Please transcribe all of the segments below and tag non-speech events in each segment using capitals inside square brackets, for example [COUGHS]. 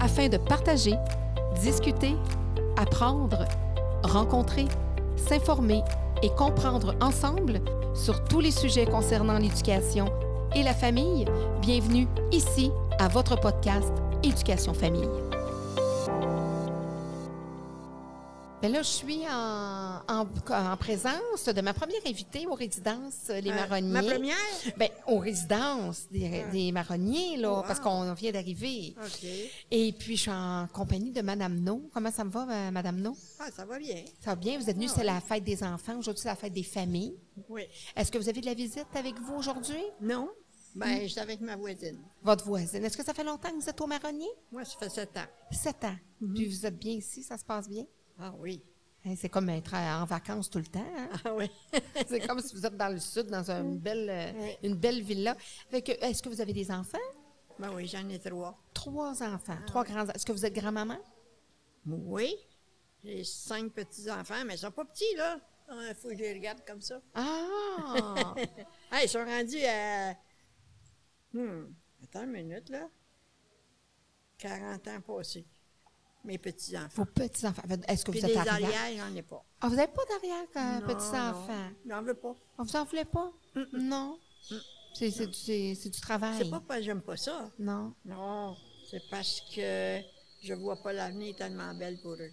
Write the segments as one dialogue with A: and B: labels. A: afin de partager, discuter, apprendre, rencontrer, s'informer et comprendre ensemble sur tous les sujets concernant l'éducation et la famille. Bienvenue ici à votre podcast Éducation Famille. Ben là, je suis en, en- en présence de ma première invitée aux résidences Les
B: Euh,
A: Marronniers.
B: Ma première?
A: [LAUGHS]
B: Ah.
A: Ben, aux résidences des, des marronniers, là,
B: Oh, Wow.
A: parce qu'on vient d'arriver.
B: OK.
A: Et puis, je suis en compagnie de Madame No. Comment ça me va, euh, Madame No?
B: Ah, ça va bien.
A: Ça va bien? Vous êtes venue,
B: Ah
A: c'est la fête des enfants. Aujourd'hui, c'est la fête des familles.
B: Oui.
A: Est-ce que vous avez de la visite avec vous aujourd'hui?
B: Non? Ben, j'étais avec ma voisine.
A: Votre voisine. Est-ce que ça fait longtemps que vous êtes au marronnier?
B: Moi, ça fait sept ans.
A: Sept ans.
B: Mhm.
A: Puis, vous êtes bien ici? Ça se passe bien?
B: Ah oui.
A: Hein, C'est comme être en vacances tout le temps.
B: [LAUGHS]
A: hein?
B: Ah oui.
A: C'est comme si vous êtes dans le sud, dans une belle, euh,
B: Oui.
A: une belle villa. Fait que, Est-ce que vous avez des enfants?
B: ben oui, j'en ai trois.
A: Trois enfants,
B: Ah
A: trois grands. Est-ce que vous êtes grand-maman?
B: Oui. J'ai cinq petits-enfants, mais ils sont pas petits, là. Il Ah, faut que je les regarde comme [LAUGHS] ça.
A: Ah!
B: Ah, ils sont rendus à... Hmm. Attends une minute, là. 40 ans passés. Mes petits-enfants.
A: [LAUGHS] Vos petits-enfants. Est-ce que
B: Puis
A: vous êtes
B: des
A: arrière?
B: arrières, j'en ai pas.
A: Ah, vous n'avez pas d'arrière
B: Non,
A: quand petits-enfants?
B: Non, j'en veux pas.
A: On vous en voulait pas? Non. C'est, c'est, du- c'est- c'est du travail.
B: C'est pas parce que j'aime pas ça.
A: Non.
B: Non, c'est parce que je vois pas l'avenir tellement belle pour eux.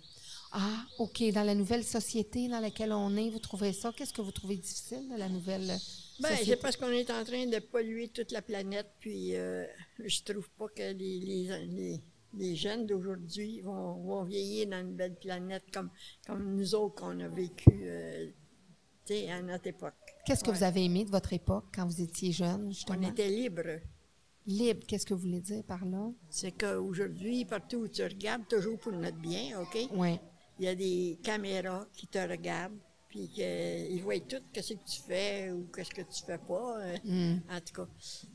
A: Ah, OK. Dans la nouvelle société dans laquelle on est, vous trouvez ça? Qu'est-ce que vous trouvez difficile de la nouvelle euh,
B: Ben,
A: société?
B: c'est parce qu'on est en train de polluer toute la planète, puis euh, je trouve pas que les, les, les, les jeunes d'aujourd'hui vont, vont vieillir dans une belle planète comme, comme nous autres qu'on a vécu euh, tu sais, à notre époque.
A: Qu'est-ce que
B: Ouais.
A: vous avez aimé de votre époque quand vous étiez jeune,
B: On
A: justement?
B: était libres.
A: Libre. Qu'est-ce que vous voulez dire par là?
B: C'est qu'aujourd'hui, partout où tu regardes, toujours pour notre bien, OK?
A: Oui.
B: Il y a des caméras qui te regardent, puis que- ils voient tout ce que tu fais ou qu'est-ce que tu fais pas, euh, en tout cas.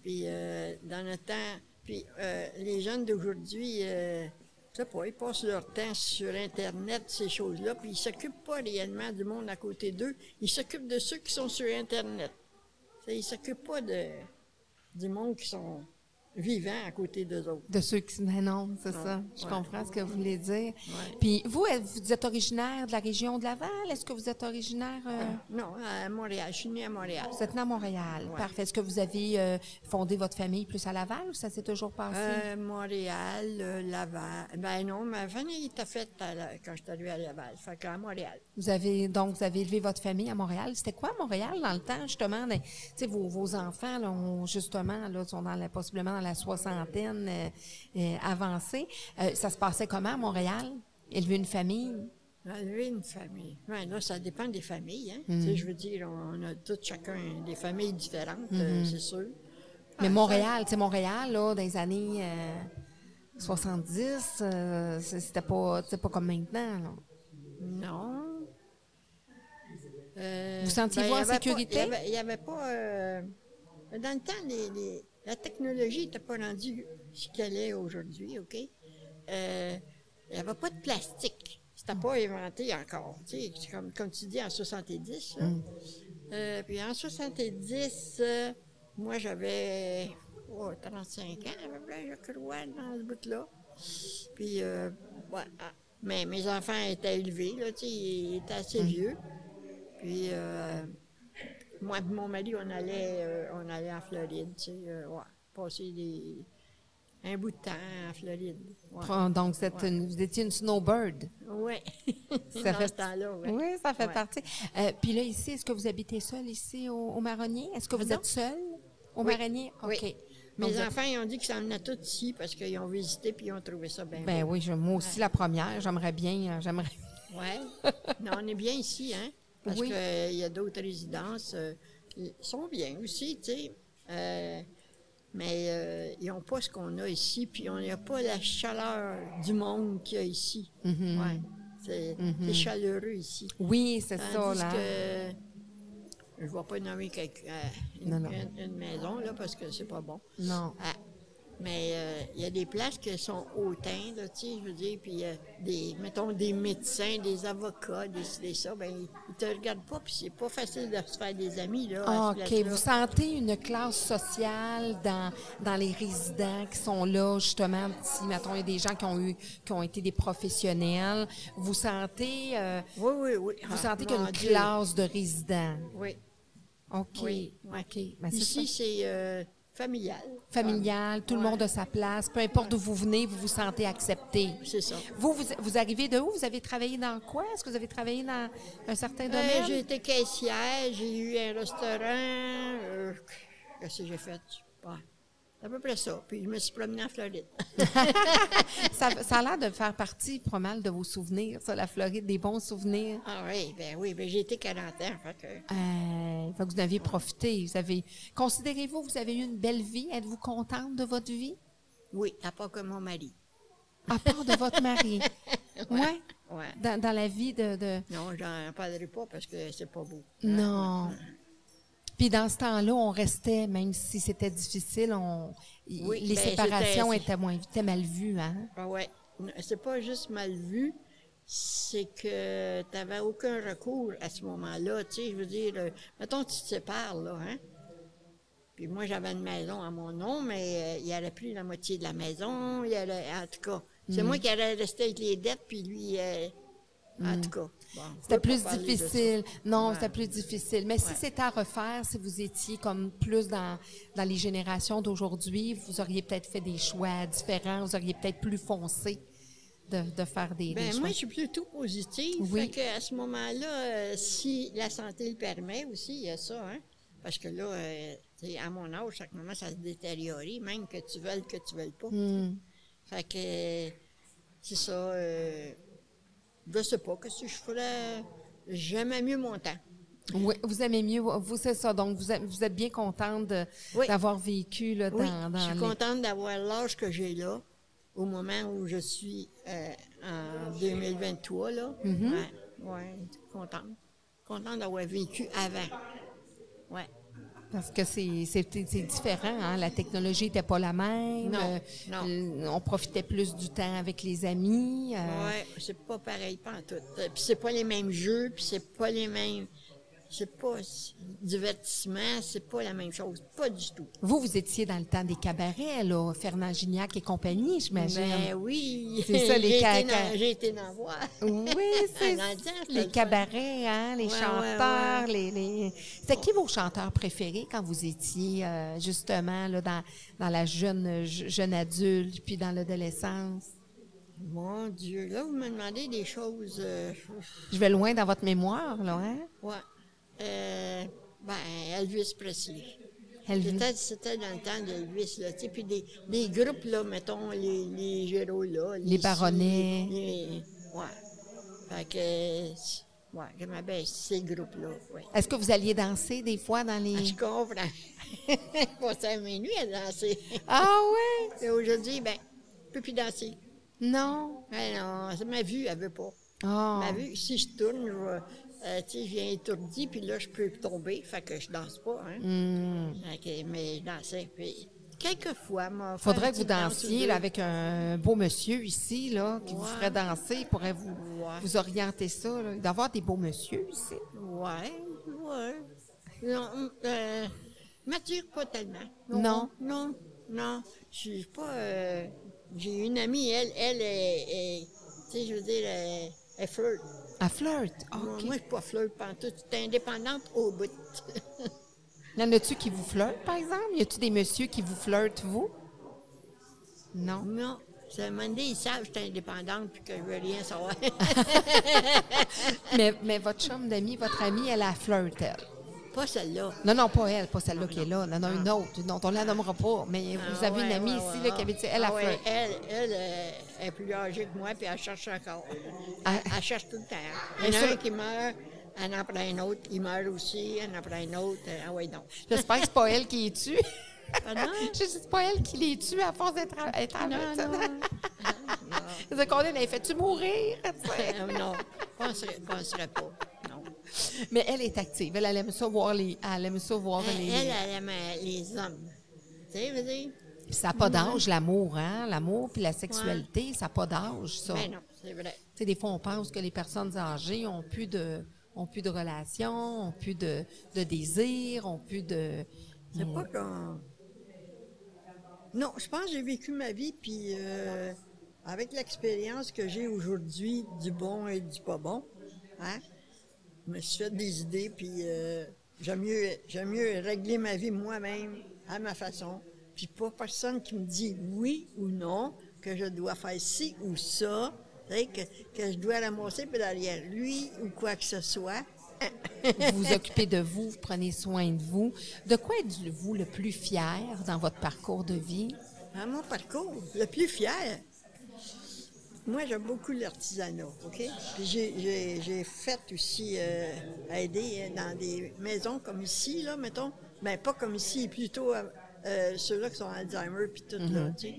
B: Puis euh, dans le temps, puis euh, les jeunes d'aujourd'hui, euh, je sais pas, ils passent leur temps sur Internet, ces choses-là, puis ils s'occupent pas réellement du monde à côté d'eux. Ils s'occupent de ceux qui sont sur Internet. Tu sais, Ils s'occupent pas de, du monde qui sont vivants à côté d'eux autres.
A: De ceux qui... Ben non, c'est ça. Je
B: ouais.
A: comprends ce que vous voulez dire. Puis vous, êtes- vous êtes originaire de la région de Laval? Est-ce que vous êtes originaire... euh,
B: Non, à Montréal. Je suis née à Montréal.
A: Vous êtes né à Montréal.
B: Ouais.
A: Parfait. Est-ce que vous avez euh, fondé votre famille plus à Laval ou ça s'est toujours passé?
B: Euh, Montréal, euh, Laval. Ben non, ma famille était faite à la- quand je suis arrivée à Laval, fait qu'à Montréal.
A: Vous avez donc vous avez élevé votre famille à Montréal. C'était quoi Montréal dans le temps justement des- Tu sais vos, vos enfants là, ont, justement là sont dans la, possiblement dans la soixantaine euh, euh, avancée. Euh, ça se passait comment à Montréal Élever une famille
B: Ah, Enlever une famille. Ouais, là, ça dépend des familles. Hein?
A: Mm.
B: Tu sais, je veux dire, on, on a tous chacun des familles différentes, euh, c'est sûr.
A: Mm-hmm. Mais Montréal, tu sais Montréal là dans les années euh, 70, euh, c'est- c'était pas c'était pas comme maintenant. là.
B: Non. Euh,
A: Vous sentiez-vous
B: ben,
A: en
B: il y avait pas-
A: sécurité?
B: il y avait- Il n'y avait, pas. euh, dans le temps, les- les- la technologie n'était pas rendue ce qu'elle est aujourd'hui, OK? Euh, il n'y avait pas de plastique. C'était pas inventé encore. tu sais, c'est Comme, comme tu dis, en 70. là.
A: Mm.
B: Euh, puis en 70, euh, moi, j'avais oh, 35 ans, à peu près, je crois, dans ce bout-là. Puis, euh, ouais, ah, mais mes enfants étaient élevés, là, tu sais, ils étaient assez
A: Mm.
B: vieux. Puis, euh, moi et mon mari, on allait, euh, on allait en Floride, tu sais, euh, ouais, passer des, un bout de temps en Floride. Ouais.
A: Prends- Donc vous, êtes une- vous étiez une snowbird.
B: Ouais.
A: Ça
B: [LAUGHS] Dans
A: fait-
B: ce temps-là, ouais.
A: Oui, ça fait
B: Ouais.
A: partie. Euh, puis là, ici, est-ce que vous habitez seul ici au, au Marronnier? Est-ce que vous
B: Pardon?
A: êtes seul au
B: Oui.
A: Marronnier?
B: Oui.
A: OK. Donc,
B: Mes
A: vous êtes-
B: enfants, ils ont dit qu'ils s'en venaient tous ici parce qu'ils ont visité puis ils ont trouvé ça bien.
A: Ben oui, je, moi aussi, la première, j'aimerais bien. euh, J'aimerais. [LAUGHS]
B: beau. Ouais. Mais on est bien ici, hein? Parce
A: Oui.
B: qu'il y a d'autres résidences. euh, ils sont bien aussi, tu sais. Euh, mais euh, ils n'ont pas ce qu'on a ici, puis on n'a pas la chaleur du monde qu'il y a ici. Ouais. C'est c'est chaleureux ici.
A: Oui, c'est ça,
B: Tandis
A: là.
B: que je ne vais pas nommer quelqu'un- euh, une,
A: Non, non.
B: une- une maison, là, parce que c'est pas bon.
A: Non.
B: Ah, Mais euh, il y a des places qui sont hautaines, là, tu sais, je veux dire, puis euh, des, mettons, des médecins, des avocats, des, des ça, ben ils- ils te regardent pas, puis c'est pas facile de se faire des amis, là, à
A: Ah, OK.
B: ce
A: Vous
B: place-là.
A: sentez une classe sociale dans, dans les résidents qui sont là, justement, si, mettons, il y a des gens qui ont, eu, qui ont été des professionnels. Vous sentez, euh,
B: Oui, oui, oui.
A: vous
B: Ah,
A: sentez qu'il y a
B: mon
A: une
B: Dieu.
A: classe de résidents.
B: Oui,
A: OK.
B: oui. ouais.
A: OK. Ben, c'est
B: Ici,
A: ça.
B: c'est euh, familial.
A: Familial, tout le
B: Ouais.
A: monde a sa place. Peu importe d'où vous venez, vous vous sentez accepté.
B: Ah, C'est ça.
A: Vous, vous, vous arrivez de où? Vous avez travaillé dans quoi? Est-ce que vous avez travaillé dans un certain
B: Euh,
A: domaine?
B: j'ai été caissière, j'ai eu un restaurant. euh, Qu'est-ce que j'ai fait? Ouais, c'est à peu près ça. Puis je me suis promenée en Floride. [LAUGHS]
A: Ça, ça a l'air de faire partie pas mal de vos souvenirs, ça, la Floride, des bons souvenirs.
B: ah oui, ben oui, ben j'ai été 40 ans. Fait que,
A: Euh, fait que vous en avez profité. Vous avez, considérez-vous, vous avez eu une belle vie. Êtes-vous contente de votre vie?
B: oui, à part que mon mari.
A: À part de votre mari. [LAUGHS] Ouais.
B: Ouais.
A: Dans, dans la vie de, de-
B: Non, j'en parlerai pas parce que c'est pas beau.
A: Non. Puis dans ce temps-là, on restait, même si c'était difficile, on, y-
B: Oui,
A: les
B: ben,
A: séparations
B: c'était-
A: étaient moins étaient mal vues, hein?
B: Ah ouais. Non, C'est pas juste mal vu, c'est que t'avais aucun recours à ce moment-là. Tu sais, je veux dire, euh, mettons, tu te sépares, là, hein? Puis moi, j'avais une maison à mon nom, mais euh, il n'aurait plus la moitié de la maison. Il y aurait- en tout cas,
A: Mhm.
B: c'est moi qui allais rester avec les dettes, puis lui, euh, en tout cas. bon, je
A: C'était
B: veux pas
A: plus
B: parler de ça.
A: difficile. Non,
B: Ouais.
A: c'était plus difficile. Mais si
B: Ouais.
A: c'était à refaire, si vous étiez comme plus dans, dans les générations d'aujourd'hui, vous auriez peut-être fait des choix différents, vous auriez peut-être plus foncé de, de faire des, des
B: Ben,
A: choix.
B: moi, je suis plutôt positive.
A: Oui.
B: Fait que à ce moment-là, euh, si la santé le permet aussi, il y a ça, hein? Parce que là, euh, tu sais, à mon âge, chaque moment, ça se détériorer, même que tu veuilles, que tu veuilles pas.
A: Hmm.
B: Fait que, euh, c'est ça. euh, je sais pas, qu'est-ce que je ferais? J'aimais mieux mon temps.
A: Oui, vous aimez mieux, vous, c'est ça. Donc, vous êtes, vous êtes bien contente de-
B: Oui.
A: d'avoir vécu là, dans,
B: Oui,
A: dans
B: je suis
A: les-
B: contente d'avoir l'âge que j'ai là, au moment où je suis euh, en 2023, là.
A: Mhm.
B: Ouais, ouais, contente. Contente d'avoir vécu avant. Ouais.
A: Parce que c'est c'est- c'est différent. Hein? La technologie n'était pas la même.
B: Non,
A: Euh,
B: non.
A: euh, on profitait plus du temps avec les amis. euh,
B: Ouais, c'est pas pareil pas en tout. Puis c'est pas les mêmes jeux, puis c'est pas les mêmes c'est pas c'est- divertissement, c'est pas la même chose, pas du tout.
A: Vous, vous étiez dans le temps des cabarets, là, Fernand Gignac et compagnie,
B: Ben
A: j'imagine.
B: oui,
A: C'est
B: [LAUGHS]
A: ça, les
B: j'ai, été
A: caca-
B: dans, j'ai été dans voir.
A: Oui, c'est
B: Dans le temps, c'était le
A: les
B: fun.
A: cabarets, hein, les
B: Ouais, ouais,
A: chanteurs, les... les- C'était qui vos chanteurs préférés quand vous étiez euh, justement là, dans, dans la jeune je- jeune adulte puis dans l'adolescence?
B: Mon Dieu, là, vous me demandez des choses. euh,
A: Je vais loin dans votre mémoire, là, hein?
B: Ouais. Euh, ben, Elvis Presley.
A: Elvis.
B: C'était, c'était dans le temps d'Elvis, là, tu sais, puis des, des groupes, là, mettons, les, les Géraud, là.
A: Les Baronnets.
B: les- ouais. Fait que, c- ouais, j'aimais bien ces groupes-là, ouais.
A: Est-ce que vous alliez danser des fois dans
B: Ah,
A: les...
B: Je comprends. [LAUGHS] Pour ça, mes nuits à danser.
A: Ah ouais?
B: Mais aujourd'hui, ben, je peux plus danser.
A: Non?
B: Ah non, c'est ma vue, elle veut pas.
A: Oh.
B: Ma vue, si je tourne, je, vais- euh, tu sais, je viens étourdi, puis là, je peux tomber, fait que je danse pas, hein.
A: Hmm.
B: OK, mais je dansais. Puis, quelquefois, moi.
A: Faudrait que vous dansiez là, avec un beau monsieur ici, là, qui vous
B: Ouais.
A: ferait danser, il pourrait vous,
B: Ouais.
A: vous orienter ça, là, d'avoir des beaux monsieur ici.
B: Ouais, ouais. Non, euh, mature pas tellement.
A: Non.
B: Non, non. Je suis pas. euh, J'ai une amie, elle, elle est. est- tu sais, je veux dire, elle, elle flirte.
A: À flirt, Ah,
B: Moi,
A: OK.
B: Moi, je suis pas flirte pantoute. Je suis indépendante au bout.
A: Y en a-tu qui vous flirtent, par exemple? Y a-tu des messieurs qui vous flirtent, vous? Non.
B: non. C'est un moment donné, ils savent que je suis indépendante puis que je veux rien
A: [LAUGHS]
B: savoir.
A: Mais, mais votre chum d'ami, votre amie, elle a flirt, elle.
B: pas celle-là.
A: Non, non, pas elle, pas celle-là qui est là. Non, non, une autre. Non, on la nommera pas. Mais vous
B: Ah
A: avez une
B: ouais,
A: amie
B: ouais,
A: ici
B: ouais,
A: là, qui avait dit,
B: ah
A: elle a
B: ouais,
A: flirt.
B: Elle, elle, euh, est plus âgée que moi, puis elle cherche encore.
A: Ah.
B: Elle, elle cherche tout le temps.
A: Et
B: Il y en a
A: sur-
B: un qui meurt, elle en prend un autre, il meurt aussi, elle en prend un autre. euh, Ah oui,
A: [LAUGHS]
B: non.
A: J'espère que c'est pas elle qui les tue.
B: Pardon?
A: [LAUGHS] Je sais c'est pas elle qui les tue à force d'être à- être
B: Ah Non,
A: avec ça.
B: non.
A: [LAUGHS] C'est qu'on est, mais fait-tu mourir? [LAUGHS] Tu sais.
B: Euh, non, penserait, penserait pas. Non.
A: mais elle est active. Elle, elle aime ça voir les. Elle aime ça voir
B: Elle,
A: les.
B: elle, elle aime euh, les hommes. Tu sais, je veux dire?
A: Puis ça n'a pas d'âge, l'amour, hein? L'amour puis la sexualité, ça n'a pas d'âge, ça.
B: Mais Ben non, c'est vrai.
A: Tu sais, des fois, on pense que les personnes âgées ont plus de, ont plus de relations, ont plus de, de désir, ont plus de.
B: C'est pas qu'on. Non, je pense que j'ai vécu ma vie, puis euh, avec l'expérience que j'ai aujourd'hui du bon et du pas bon, hein, je me suis fait des idées, puis euh, j'aime mieux, j'aime mieux régler ma vie moi-même, à ma façon, puis pas personne qui me dit oui ou non, que je dois faire ci ou ça, tu sais, que, que je dois ramasser puis derrière lui ou quoi que ce soit.
A: vous vous occupez de vous, vous prenez soin de vous. De quoi êtes-vous le plus fier dans votre parcours de vie?
B: Dans Hein, mon parcours, le plus fier, moi j'aime beaucoup l'artisanat, OK? Puis j'ai- j'ai j'ai fait aussi euh, aider euh, dans des maisons comme ici, là, mettons. Ben pas comme ici, plutôt euh, euh, ceux-là qui sont Alzheimer puis tout, là, tu sais.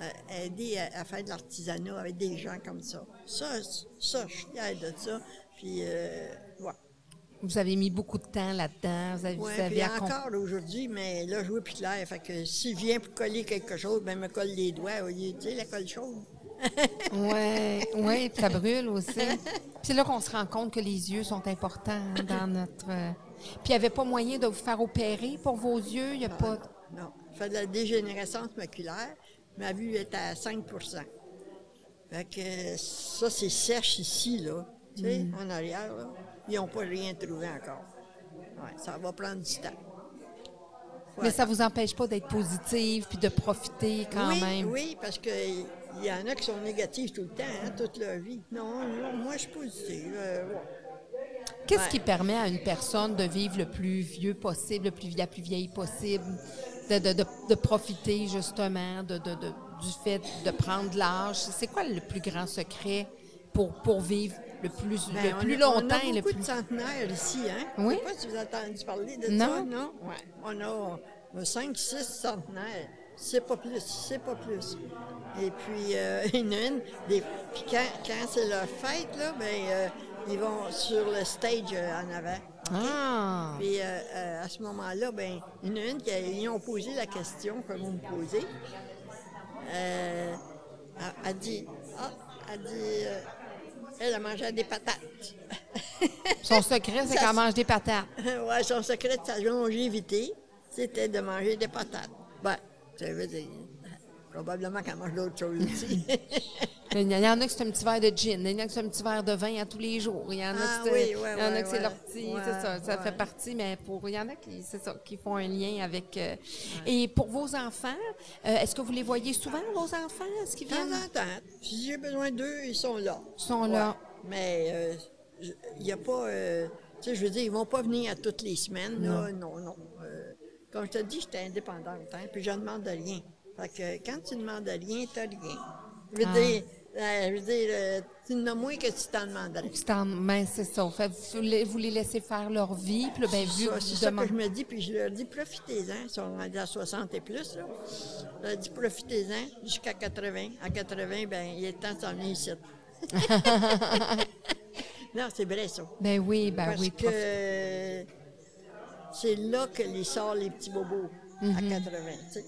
B: Euh, aider à, à faire de l'artisanat avec des gens comme ça. Ça, c- ça, je suis fière de ça. Puis, euh, ouais.
A: Vous avez mis beaucoup de temps là-dedans. Vous avez, vous
B: Ouais,
A: avez
B: puis
A: accom-
B: encore aujourd'hui, mais là, je vois plus clair. Fait que s'il vient pour coller quelque chose, ben, il me colle les doigts au lieu, tu sais, la colle chaude.
A: Ouais, ouais, puis ça brûle aussi. Puis c'est là qu'on se rend compte que les yeux sont importants hein, dans notre. euh, Puis il n'y avait pas moyen de vous faire opérer pour vos yeux. Il n'y a pas.
B: Non. Je fais de la dégénérescence maculaire. Ma vue est à 5 Fait que ça, c'est sèche ici, là. Tu sais,
A: Mm.
B: en arrière, là. Ils n'ont pas rien trouvé encore. Ouais, ça va prendre du temps. Faut
A: Mais ça vous empêche pas d'être positive puis de profiter quand
B: oui,
A: même.
B: Oui, parce qu'il y en a qui sont négatifs tout le temps, hein, toute leur vie. Non, non, moi, je suis positive. euh, ouais.
A: Qu'est-ce
B: Ouais.
A: qui permet à une personne de vivre le plus vieux possible, le plus, la plus vieille possible, de, de- de- de profiter justement de, de- de- du fait de prendre de l'âge? C'est quoi le plus grand secret pour, pour vivre le plus,
B: Ben,
A: le
B: on
A: plus
B: a- on a
A: longtemps? et le
B: beaucoup
A: plus...
B: de centenaires ici, hein?
A: Oui.
B: Je sais pas si vous avez entendu parler de
A: Non.
B: ça, non? Ouais. On a euh, cinq, six centenaires. C'est pas plus, c'est pas plus. Et puis, euh, [LAUGHS] il y en a une, des- puis quand, quand c'est leur fête, là, ben, euh, ils vont sur le stage euh, en avant.
A: Ah!
B: Puis euh, euh, à ce moment-là, ben, il y en a une qui a- ils ont posé la question que vous me posez. Euh, elle, elle dit, ah, elle dit, euh, elle a mangé des patates. [LAUGHS]
A: Son secret, c'est
B: Ça
A: qu'elle
B: se-
A: mange des patates.
B: [LAUGHS] ouais, son secret de sa longévité, c'était de manger des patates. Ben, ça veut dire, [LAUGHS] probablement qu'elle mange d'autres
A: [LAUGHS]
B: choses aussi.
A: Il y en a que c'est un petit verre de gin, il y en a que c'est un petit verre de vin à tous les jours, il y en a
B: Ah
A: que c'est,
B: oui,
A: il y en
B: ouais,
A: a
B: ouais,
A: que c'est leur
B: ouais.
A: petit,
B: Ouais,
A: c'est ça, ça
B: ouais.
A: fait partie, mais pour, il y en a qui, c'est ça, qui font un lien avec. euh, Et pour vos enfants, euh, est-ce que vous les voyez souvent, vos enfants? Est-ce qu'ils
B: De temps
A: viennent?
B: en temps, si j'ai besoin d'eux, ils sont là.
A: Ils sont là.
B: Mais euh, je- il n'y a pas. euh, tu sais, je veux dire, ils vont pas venir à toutes les semaines. là. Non, non. Euh, comme je te dis, j'étais indépendante, hein, puis je ne demande de rien. Fait que quand tu demandes de rien, tu rien. Je veux
A: Ah.
B: dire, euh, je veux dire euh, tu en as moins que tu t'en demanderais.
A: C'est en main, c'est ça. Fait, que vous, les, vous les laissez faire leur vie, puis là, ben, vu
B: Ça,
A: que
B: c'est
A: vous
B: ça que
A: demandez-
B: je me dis, puis je leur dis, profitez-en. Ils sont rendus à 60 et plus, là. Je leur dis, profitez-en jusqu'à 80. À 80, ben il est temps de s'en
A: [LAUGHS]
B: venir ici. non, c'est vrai, ça.
A: Ben oui, ben
B: Parce
A: oui.
B: que c'est là que les sort les petits bobos, à
A: Mhm.
B: 80, tu sais.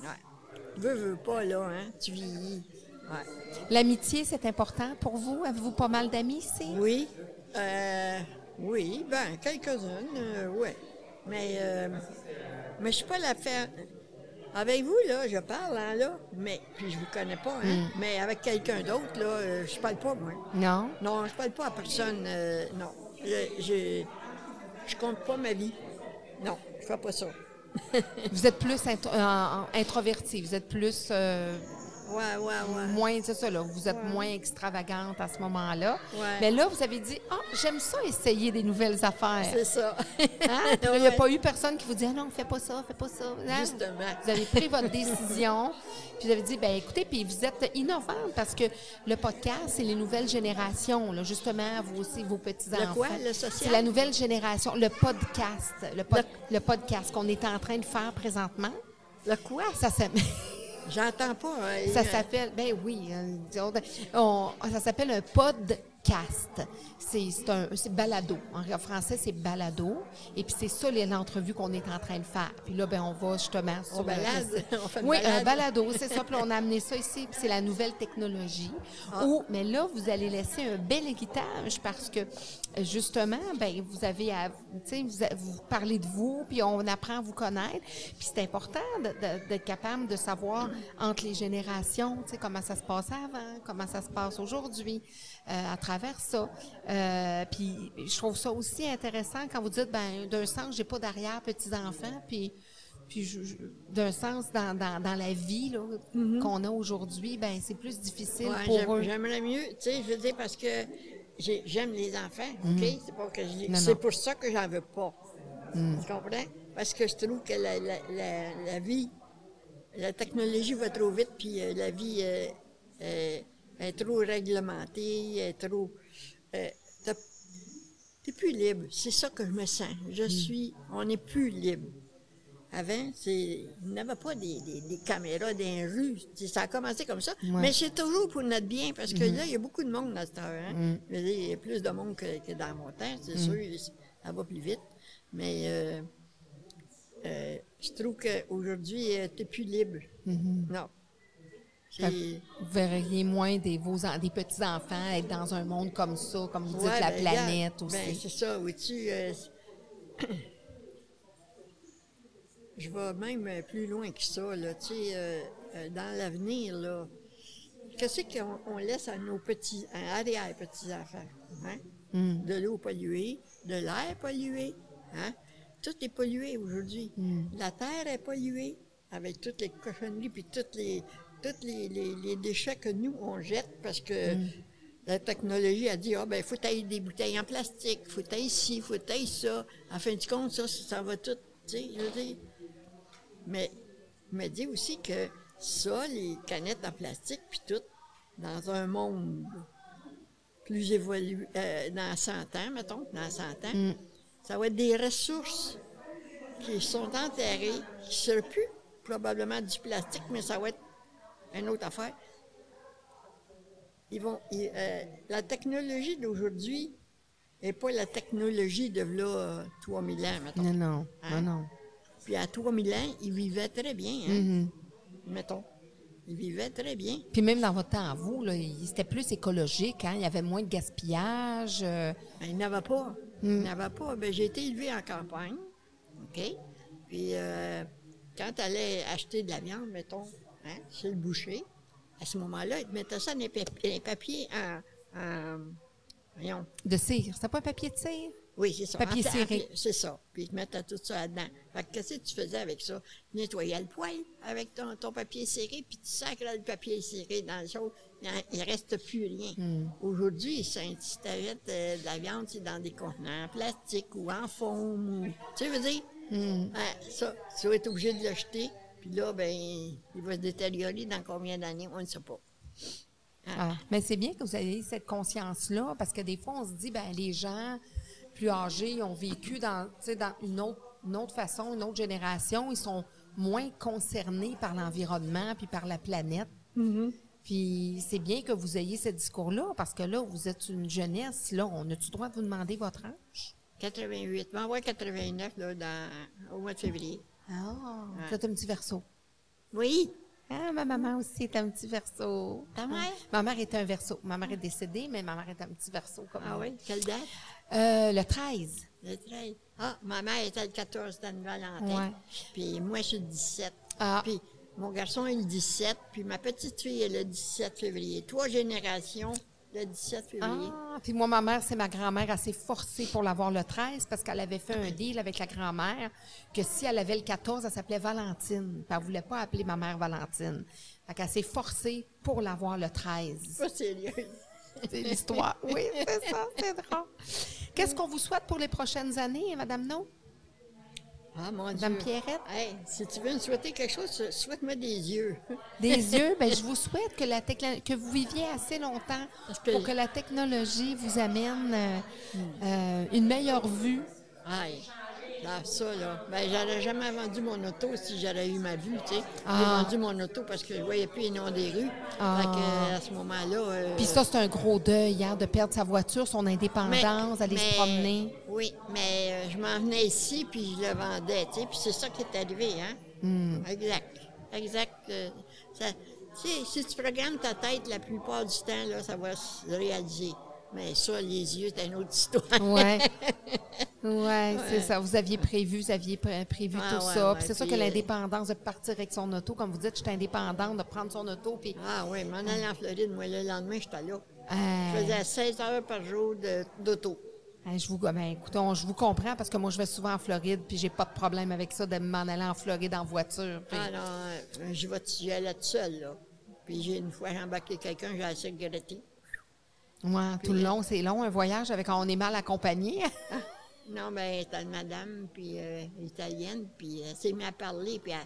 B: Ouais. Veux, veux pas, là, hein, tu vieillis. Ouais.
A: prof- L'amitié, c'est important pour vous? Avez-vous pas mal d'amis ici?
B: Oui. Euh, oui, ben, quelques-unes, euh, ouais. Mais, euh, mais je suis pas la faire. Avec vous, là, je parle, hein, là, mais, puis je vous connais pas, hein,
A: Mm.
B: mais avec quelqu'un d'autre, là, euh, je parle pas, moi.
A: Non?
B: Non, je parle pas à personne, euh, non. Je, je, je compte pas ma vie. Non, je fais pas ça.
A: Vous êtes plus intro- en- en- introverti, vous êtes plus... euh,
B: Ouais, ouais, ouais.
A: moins, c'est ça, là, vous êtes moins extravagante à ce moment-là.
B: Ouais.
A: Mais là, vous avez dit, ah, j'aime ça essayer des nouvelles affaires.
B: C'est ça.
A: Hein?
B: [LAUGHS]
A: Puis là, Il n'y a
B: Ouais.
A: pas eu personne qui vous dit, ah non, fais pas ça, fais pas ça. Hein?
B: Justement.
A: Vous avez pris votre décision, puis vous avez dit, ben écoutez, puis vous êtes innovante parce que le podcast, c'est les nouvelles générations, là, justement, vous aussi, vos petits-enfants.
B: Le quoi, le social?
A: C'est la nouvelle génération, le podcast, le, pod- le podcast qu'on est en train de faire présentement.
B: Le quoi?
A: Ça, ça...
B: J'entends pas. hein,
A: Ça hein,
B: hein.
A: ben, s'appelle, ben oui, euh, on- on- ça s'appelle un pod podcast. C'est c'est un c'est balado. En français, c'est balado. Et puis c'est ça les- l'entrevue qu'on est en train de faire. Puis là, ben on va justement sur
B: On
A: le-
B: balade. On fait une
A: oui,
B: balade.
A: un balado, c'est ça. Puis là, on a amené ça ici, puis c'est la nouvelle technologie.
B: Ah.
A: Où- mais là, vous allez laisser un bel héritage parce que, euh, justement, ben vous avez à, tu sais, vous, a- vous parlez de vous, puis on apprend à vous connaître. Puis c'est important de- de- d'être capable de savoir entre les générations, tu sais, comment ça se passait avant, comment ça se passe aujourd'hui, euh, à travers ça. Euh, puis je trouve ça aussi intéressant quand vous dites, ben d'un sens, j'ai pas d'arrière petits-enfants, puis... Puis je- je- d'un sens, dans, dans, dans la vie là, qu'on a aujourd'hui, ben c'est plus difficile
B: Mm-hmm. Ouais,
A: pour eux.
B: j'aime- J'aimerais mieux, tu sais, je veux dire, parce que j'ai- j'aime les enfants, OK? C'est pas que je les-
A: Mm. Non,
B: C'est
A: non. Mm.
B: pour ça que j'en veux pas. Tu comprends? Parce que je trouve que la, la, la, la vie, la technologie va trop vite, puis euh, la vie euh, euh, est trop réglementée, est trop... Euh, t'as- T'es plus libre. C'est ça que je me sens. Je
A: Mm.
B: suis... On n'est plus libre. Avant, c'est- il n'y avait pas des, des- des caméras dans les rues. C'est- Ça a commencé comme ça.
A: Ouais.
B: Mais c'est toujours pour notre bien, parce que là, il y a beaucoup de monde dans ce temps. Hein? Je veux dire, Il y a plus de monde que, que dans mon temps, c'est sûr. Ça va plus vite. Mais euh, euh, je trouve qu'aujourd'hui, tu n'es plus libre. Non. C'est-
A: Vous verriez moins des, vos, en- des petits-enfants être dans un monde comme ça, comme vous dites,
B: Ouais,
A: la
B: ben,
A: planète
B: regarde, ben,
A: aussi.
B: c'est ça, oui, tu. euh, [COUGHS] c'est- je vais même euh, plus loin que ça, là, tu sais, euh, euh, dans l'avenir, là. Qu'est-ce qu'on on laisse à nos petits, à arrière-petits-enfants? Hein? De l'eau polluée, de l'air pollué, hein? Tout est pollué aujourd'hui. La terre est polluée avec toutes les cochonneries puis toutes les, toutes les, les- les déchets que nous, on jette parce que la technologie a dit, ah ben, faut tailler des bouteilles en plastique, faut tailler ci, faut tailler ça. En fin de compte, ça, ça, ça va tout, tu sais, je veux dire. Mais il me dit aussi que ça, les canettes en plastique, puis tout, dans un monde plus évolué, euh, dans 100 ans, mettons, dans 100 ans, ça va être des ressources qui sont enterrées, qui ne seront plus probablement du plastique, mais ça va être une autre affaire. Ils vont, ils, euh, la technologie d'aujourd'hui n'est pas la technologie de là, euh, 3000 ans, mettons.
A: Non, non,
B: Hein?
A: non, non.
B: Puis à 3000 ans, ils vivaient très bien, hein,
A: Mm-hmm.
B: mettons. Ils vivaient très bien.
A: Puis même dans votre temps, à vous, là, il- c'était plus écologique, hein? il y avait moins de gaspillage. euh,
B: Ben, ils n'avaient pas. Ils n'avaient pas. Ben, j'ai été élevée en campagne, OK? Puis euh, quand tu allais acheter de la viande, mettons, hein, chez le boucher, à ce moment-là, ils te mettaient ça dans les, pap- les papiers en... en- voyons,
A: de cire. C'était pas un papier de cire?
B: Oui, c'est ça.
A: Papier
B: En- en-
A: ciré.
B: C'est ça. Puis ils te mettent tout ça là-dedans. Fait que qu'est-ce que tu faisais avec ça? Tu nettoyais le poil avec ton, ton papier ciré, puis tu sacrais le papier ciré dans le chose. Il en- Il reste plus rien. Aujourd'hui, c'est- si tu euh, de la viande, c'est dans des contenants en plastique ou en forme. Ou, tu sais, je veux dire, ouais, ça, tu vas être obligé de l'acheter. Puis là, ben, il va se détériorer dans combien d'années, on ne sait pas.
A: Ah, mais c'est bien que vous ayez cette conscience-là, parce que des fois, on se dit, ben les gens plus âgés, ils ont vécu dans, tu sais, dans une, autre, une autre façon, une autre génération. Ils sont moins concernés par l'environnement puis par la planète. Mm-hmm. Puis c'est bien que vous ayez ce discours-là, parce que là, vous êtes une jeunesse. Là, on a-tu le droit de vous demander votre âge?
B: 88, m'envoie 89 là, dans, au mois de février.
A: Ah, vous êtes un petit verso.
B: Oui,
A: Ah, ma maman aussi est un petit verso.
B: Ta mère?
A: Ma mère est un verso. Ma mère est décédée, mais ma mère est un petit verso comme
B: ah
A: moi.
B: oui, quelle date?
A: Euh, le 13.
B: Le 13. Ah, ma mère était le 14 d'Anne Valentin.
A: Ouais.
B: Puis moi, je suis le 17.
A: Ah.
B: Puis mon garçon est le 17. Puis ma petite fille est le 17 février. Trois générations le 17 février.
A: Ah, puis moi, ma mère, c'est ma grand-mère, elle s'est forcée pour l'avoir le 13 parce qu'elle avait fait un deal avec la grand-mère que si elle avait le 14, elle s'appelait Valentine. Puis elle voulait pas appeler ma mère Valentine. Fait qu'elle s'est forcée pour l'avoir le 13.
B: Pas sérieux.
A: [LAUGHS] C'est l'histoire. Oui, c'est ça, c'est drôle. Qu'est-ce qu'on vous souhaite pour les prochaines années, Madame No?
B: Ah, mon
A: Madame
B: Dieu.
A: Pierrette?
B: Hey, si tu veux me souhaiter quelque chose, souhaite-moi des yeux. [LAUGHS]
A: Des yeux, ben, je vous souhaite que, la techno- que vous viviez assez longtemps
B: Parce que-
A: pour que la technologie vous amène euh, euh, une meilleure vue
B: Aïe. Ah, ça, là. Ben, j'aurais jamais vendu mon auto si j'aurais eu ma vue, tu sais.
A: Ah.
B: J'ai vendu mon auto parce que je voyais plus les noms des rues.
A: Ah.
B: Fait que, à ce moment-là. euh,
A: Puis ça, c'est un gros deuil, hein, de perdre sa voiture, son
B: mais-
A: indépendance, aller
B: mais- euh,
A: se promener.
B: Oui, mais euh, je m'en venais ici, puis je le vendais, tu sais. Puis c'est ça qui est arrivé, hein.
A: Hmm.
B: Exact. Exact. euh, ça- tu sais, si tu programmes ta tête, la plupart du temps, là, ça va se réaliser. Mais ça, les yeux, c'est une autre histoire.
A: Ouais. ouais, c'est
B: Ouais.
A: ça. Vous aviez prévu, vous aviez pré- prévu
B: Ouais,
A: tout
B: ouais,
A: ça.
B: ouais,
A: Puis c'est sûr que
B: puis, euh,
A: l'indépendance de partir avec son auto, comme vous dites, je suis indépendante, de prendre son auto, puis.
B: Ah oui, m'en aller en Floride, moi, le lendemain, j'étais là.
A: Euh,
B: Je faisais 16 heures par jour de- d'auto.
A: Hey, je vous, ben, écoutons, je vous comprends parce que moi, je vais souvent en Floride, puis j'ai pas de problème avec ça de m'en aller en Floride en voiture. puis-
B: Alors, euh, je vais j'y allais toute seule, là. Puis j'ai une fois j'ai embarqué quelqu'un, j'ai assez regretté.
A: Ouais, tout le
B: puis-
A: long, c'est long, un voyage avec on est mal accompagné.
B: Non, ben, c'était une madame, puis euh, italienne, puis elle s'est mise à parler, puis elle,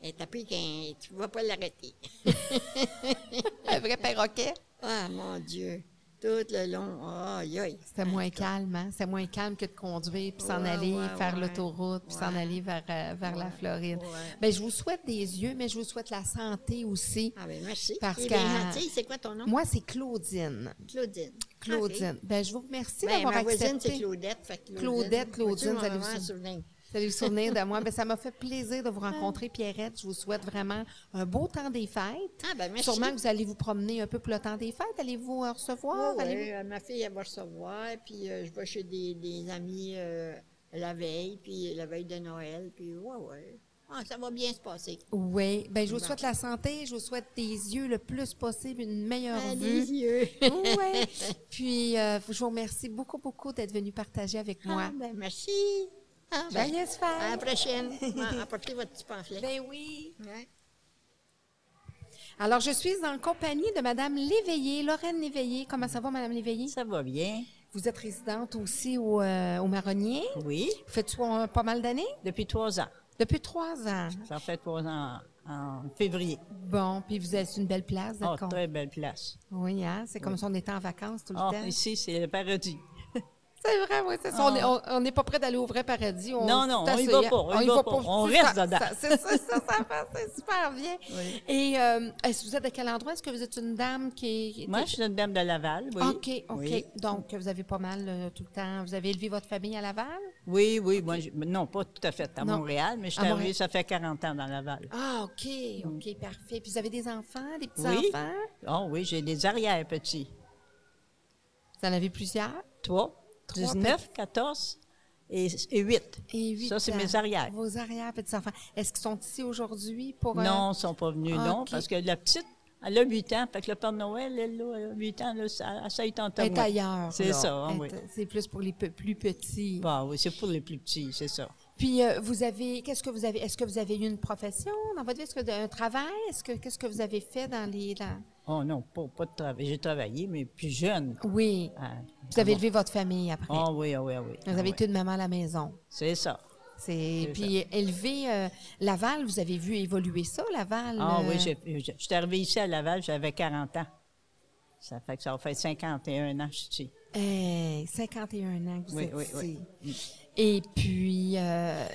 B: elle tapait qu'un... Tu vas pas l'arrêter.
A: [LAUGHS]
B: [LAUGHS]
A: un vrai perroquet.
B: Ah, mon Dieu! Tout le long, aïe, aïe!
A: C'était moins calme, hein? C'était moins calme que de conduire, puis s'en
B: Ouais,
A: aller
B: ouais,
A: faire
B: ouais.
A: l'autoroute, puis s'en
B: Ouais.
A: aller vers, euh, vers la
B: Ouais,
A: Floride.
B: ouais.
A: Ben, je vous souhaite des yeux, mais je vous souhaite la santé aussi.
B: Ah, ben, merci.
A: Parce
B: Et
A: que-
B: bien gentil, c'est quoi ton nom?
A: Moi, c'est Claudine.
B: Claudine.
A: Claudine.
B: Ok.
A: Ben, je vous remercie
B: Ah, Ben,
A: d'avoir
B: ma voisine, c'est
A: accepté.
B: Claudette. fait que
A: Claudette, Claudine,
B: Vois-tu,
A: salut,
B: mon maman,
A: ça.
B: souvenir.
A: Vous allez vous souvenir de
B: [LAUGHS]
A: moi. Ben, ça m'a fait plaisir de vous
B: Ah.
A: rencontrer, Pierrette. Je vous souhaite vraiment un beau temps des fêtes.
B: Ah, ben, merci.
A: Sûrement que vous allez vous promener un peu pour le temps des fêtes. Allez-vous euh, recevoir?
B: Ouais,
A: Allez-vous-
B: ouais, euh, ma fille, elle va recevoir, puis euh, je vais chez des, des amis euh, la veille, puis la veille de Noël, puis ouais, ouais. Ah, ça va bien se passer.
A: Oui. Ben, je vous
B: Bon.
A: souhaite la santé. Je vous souhaite des yeux le plus possible, une meilleure
B: Ah,
A: vue.
B: les [LAUGHS] yeux.
A: Oui. Puis, euh, je vous remercie beaucoup, beaucoup d'être venu partager avec moi.
B: Ah, ben, merci. Ah, ben,
A: Joyeuse fête.
B: à la prochaine. Ah, Ouais, Apportez votre petit pamphlet.
A: Ben oui.
B: Ouais.
A: Alors, je suis en compagnie de Madame Léveillé, Lorraine Léveillé. Comment ça va, Madame Léveillé?
C: Ça va bien.
A: Vous êtes résidente aussi au, euh, au Marronnier.
C: Oui,
A: Vous faites ça euh, pas mal d'années?
C: depuis trois ans.
A: Depuis trois ans.
C: Ça fait trois ans en février.
A: Bon, puis vous êtes une belle place,
C: Oh,
A: d'accord?
C: très belle place.
A: oui, hein? c'est comme si on était en vacances tout le
C: Oh,
A: temps.
C: ici, c'est le paradis.
A: C'est vrai, oui, c'est ça. On est- on- On n'est pas prêt d'aller au vrai paradis. On,
C: Ah. Non, non,
A: c'est
C: on y
A: assez-
C: va pas, on y va pas. On
A: C'est
C: reste
A: ça,
C: dedans.
A: ça, C'est ça, ça, ça va, c'est super bien.
C: [LAUGHS] Oui.
A: Et euh, est-ce que vous êtes de quel endroit? Est-ce que vous êtes une dame qui... est-
C: Moi, je suis une dame de Laval, oui.
A: OK, OK.
C: Oui,
A: Donc, vous avez pas mal euh, tout le temps... Vous avez élevé votre famille à Laval?
C: oui, oui, moi, je- non, pas tout à fait à
A: Non.
C: Montréal, mais je
A: À
C: suis arrivée,
A: Montréal.
C: ça fait 40 ans dans Laval.
A: Ah, OK, OK, parfait. Puis vous avez des enfants, des
C: Mm. Oui.
A: petits-enfants?
C: Oh oui, j'ai des arrière-petits.
A: Vous en avez plusieurs?
C: Trois,
A: Trois
C: 19, 14 et, et 8.
A: Et huit
C: Ça, c'est
A: ans.
C: mes arrières.
A: Vos arrières, petits-enfants. Est-ce qu'ils sont ici aujourd'hui pour... euh,
C: Non, ils ne sont pas venus,
A: Ah,
C: non,
A: ok.
C: parce que la petite, elle a 8 ans, fait que le Père Noël, elle, là, elle a 8 ans, là, ça, ça y tente à
A: être
C: moi.
A: ailleurs.
C: C'est
A: là.
C: ça, hein,
A: Être-
C: oui.
A: C'est plus pour les pe- plus petits.
C: Bah oui, c'est pour les plus petits, c'est ça.
A: Puis euh, vous avez, qu'est-ce que vous avez, est-ce que vous avez eu une profession dans votre vie, est-ce que d- un travail, est-ce que qu'est-ce que vous avez fait dans les, dans-
C: Oh non, pas, pas de travail. J'ai travaillé, mais plus jeune.
A: oui,
C: Ah,
A: vous avez
C: ah bon.
A: élevé votre famille après,
C: Ah oui, ah oui, ah oui.
A: vous
C: ah
A: avez
C: oui.
A: été une maman à la maison.
C: C'est ça.
A: C'est
C: C'est
A: puis élever euh, Laval, vous avez vu évoluer ça, Laval.
C: Ah
A: euh,
C: oui, j'ai- j'ai- je suis arrivée ici à Laval, j'avais 40 ans. Ça fait que ça fait 51 ans que je suis ici.
A: euh, hey, 51 ans que vous
C: Oui,
A: êtes
C: oui, Mm.
A: ici. Et puis euh,